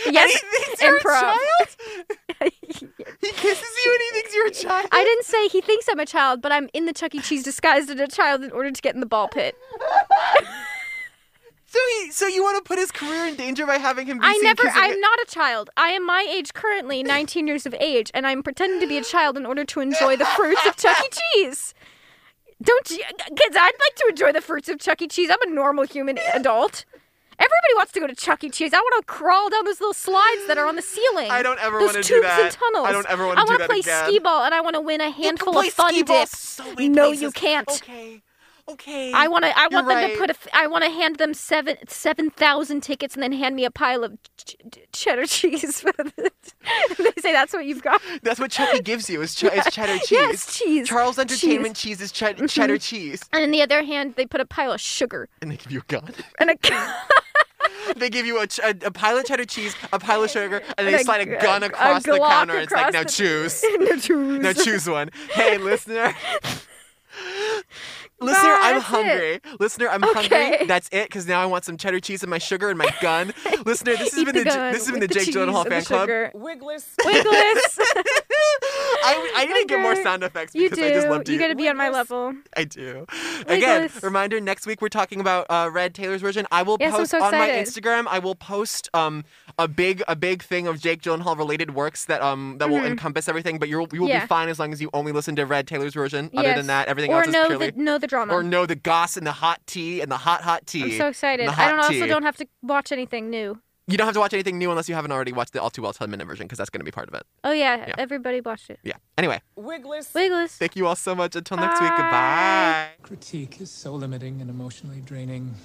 [SPEAKER 5] yes,
[SPEAKER 4] He thinks you're a
[SPEAKER 5] improv.
[SPEAKER 4] child? He kisses you and he thinks you're a child?
[SPEAKER 5] I didn't say he thinks I'm a child, but I'm in the Chuck E. Cheese disguised as a child in order to get in the ball pit.
[SPEAKER 4] So, he, so you want to put his career in danger by having him be
[SPEAKER 5] I
[SPEAKER 4] seen
[SPEAKER 5] never.
[SPEAKER 4] kissing a-
[SPEAKER 5] I'm not a child. I am my age currently, 19 years of age, and I'm pretending to be a child in order to enjoy the fruits of Chuck E. Cheese. Don't you, kids? I'd like to enjoy the fruits of Chuck E. Cheese. I'm a normal human adult. Everybody wants to go to Chuck E. Cheese. I want to crawl down those little slides that are on the ceiling.
[SPEAKER 4] I don't ever
[SPEAKER 5] those
[SPEAKER 4] wanna do
[SPEAKER 5] tubes
[SPEAKER 4] that.
[SPEAKER 5] and tunnels.
[SPEAKER 4] I don't ever wanna
[SPEAKER 5] I
[SPEAKER 4] do
[SPEAKER 5] wanna
[SPEAKER 4] that
[SPEAKER 5] play
[SPEAKER 4] again.
[SPEAKER 5] skee ball, and I want to win a handful
[SPEAKER 4] play
[SPEAKER 5] of fun
[SPEAKER 4] skee ball
[SPEAKER 5] dips.
[SPEAKER 4] so many
[SPEAKER 5] no,
[SPEAKER 4] places.
[SPEAKER 5] you can't.
[SPEAKER 4] Okay. Okay.
[SPEAKER 5] I want to. I
[SPEAKER 4] You're
[SPEAKER 5] want them
[SPEAKER 4] right.
[SPEAKER 5] to put. A, f- I want to hand them seven seven thousand tickets and then hand me a pile of ch- ch- cheddar *laughs* cheese. *laughs* they say that's what you've got.
[SPEAKER 4] That's what Chucky gives
[SPEAKER 5] *laughs*
[SPEAKER 4] you is, ch- is cheddar cheese.
[SPEAKER 5] Yes, cheese. Mm-hmm.
[SPEAKER 4] Charles
[SPEAKER 5] Cheese.
[SPEAKER 4] Entertainment cheese, is ched- cheddar cheese.
[SPEAKER 5] And in the other hand, they put a pile of sugar
[SPEAKER 4] And they give you a gun. *laughs*
[SPEAKER 5] and a *laughs*
[SPEAKER 4] they give you a, ch- a, a pile of cheddar cheese, a pile of sugar, and they
[SPEAKER 5] And a
[SPEAKER 4] slide a
[SPEAKER 5] g-
[SPEAKER 4] gun
[SPEAKER 5] a
[SPEAKER 4] across the
[SPEAKER 5] Glock
[SPEAKER 4] counter. it's like,
[SPEAKER 5] across
[SPEAKER 4] now
[SPEAKER 5] the- *laughs*
[SPEAKER 4] choose.
[SPEAKER 5] and a juice.
[SPEAKER 4] Now choose one.
[SPEAKER 5] *laughs*
[SPEAKER 4] Hey, listener. Listener,
[SPEAKER 5] Nah,
[SPEAKER 4] I'm
[SPEAKER 5] that's
[SPEAKER 4] hungry. Listener, I'm
[SPEAKER 5] Okay.
[SPEAKER 4] hungry. That's it, because now I want some cheddar cheese and my
[SPEAKER 5] *laughs*
[SPEAKER 4] sugar and my gun. Listener, this has
[SPEAKER 5] Eat
[SPEAKER 4] been
[SPEAKER 5] the
[SPEAKER 4] the, J-
[SPEAKER 5] gun
[SPEAKER 4] this has been the
[SPEAKER 5] with
[SPEAKER 4] Jake
[SPEAKER 5] cheese
[SPEAKER 4] Gyllenhaal
[SPEAKER 5] and
[SPEAKER 4] fan
[SPEAKER 5] the
[SPEAKER 4] club.
[SPEAKER 5] sugar.
[SPEAKER 2] Wigglers.
[SPEAKER 5] *laughs* Wigglers.
[SPEAKER 4] I, I need to get more
[SPEAKER 5] Okay.
[SPEAKER 4] sound effects *laughs*
[SPEAKER 5] you
[SPEAKER 4] because
[SPEAKER 5] do.
[SPEAKER 4] I just love
[SPEAKER 5] you gotta be on my level.
[SPEAKER 4] I do. Again,
[SPEAKER 5] Nicholas.
[SPEAKER 4] reminder next week we're talking about uh, Red Taylor's version. I will
[SPEAKER 5] Yes, I'm
[SPEAKER 4] post
[SPEAKER 5] so
[SPEAKER 4] on my
[SPEAKER 5] excited.
[SPEAKER 4] Instagram. I will post um a big a big thing of Jake Gyllenhaal related works that um that will encompass everything. But you'll you will
[SPEAKER 5] Mm-hmm. Yeah.
[SPEAKER 4] be fine as long as you only listen to Red Taylor's version. Other
[SPEAKER 5] yes.
[SPEAKER 4] than that, everything
[SPEAKER 5] or
[SPEAKER 4] else is
[SPEAKER 5] know
[SPEAKER 4] purely
[SPEAKER 5] the know the drama.
[SPEAKER 4] or no the goss and the hot tea and the hot hot tea.
[SPEAKER 5] I'm so excited.
[SPEAKER 4] and the
[SPEAKER 5] I don't
[SPEAKER 4] hot
[SPEAKER 5] also
[SPEAKER 4] tea.
[SPEAKER 5] don't have to watch anything new.
[SPEAKER 4] You don't have to watch anything new unless you haven't already watched the all too well ten minute version because that's going to be part of it.
[SPEAKER 5] Oh yeah,
[SPEAKER 4] Yeah.
[SPEAKER 5] everybody watched it.
[SPEAKER 4] Yeah. Anyway,
[SPEAKER 2] Wigglers.
[SPEAKER 5] Wigglers.
[SPEAKER 4] thank you all so much. Until next week.
[SPEAKER 5] Bye.
[SPEAKER 4] Goodbye.
[SPEAKER 6] Critique is so limiting and emotionally draining.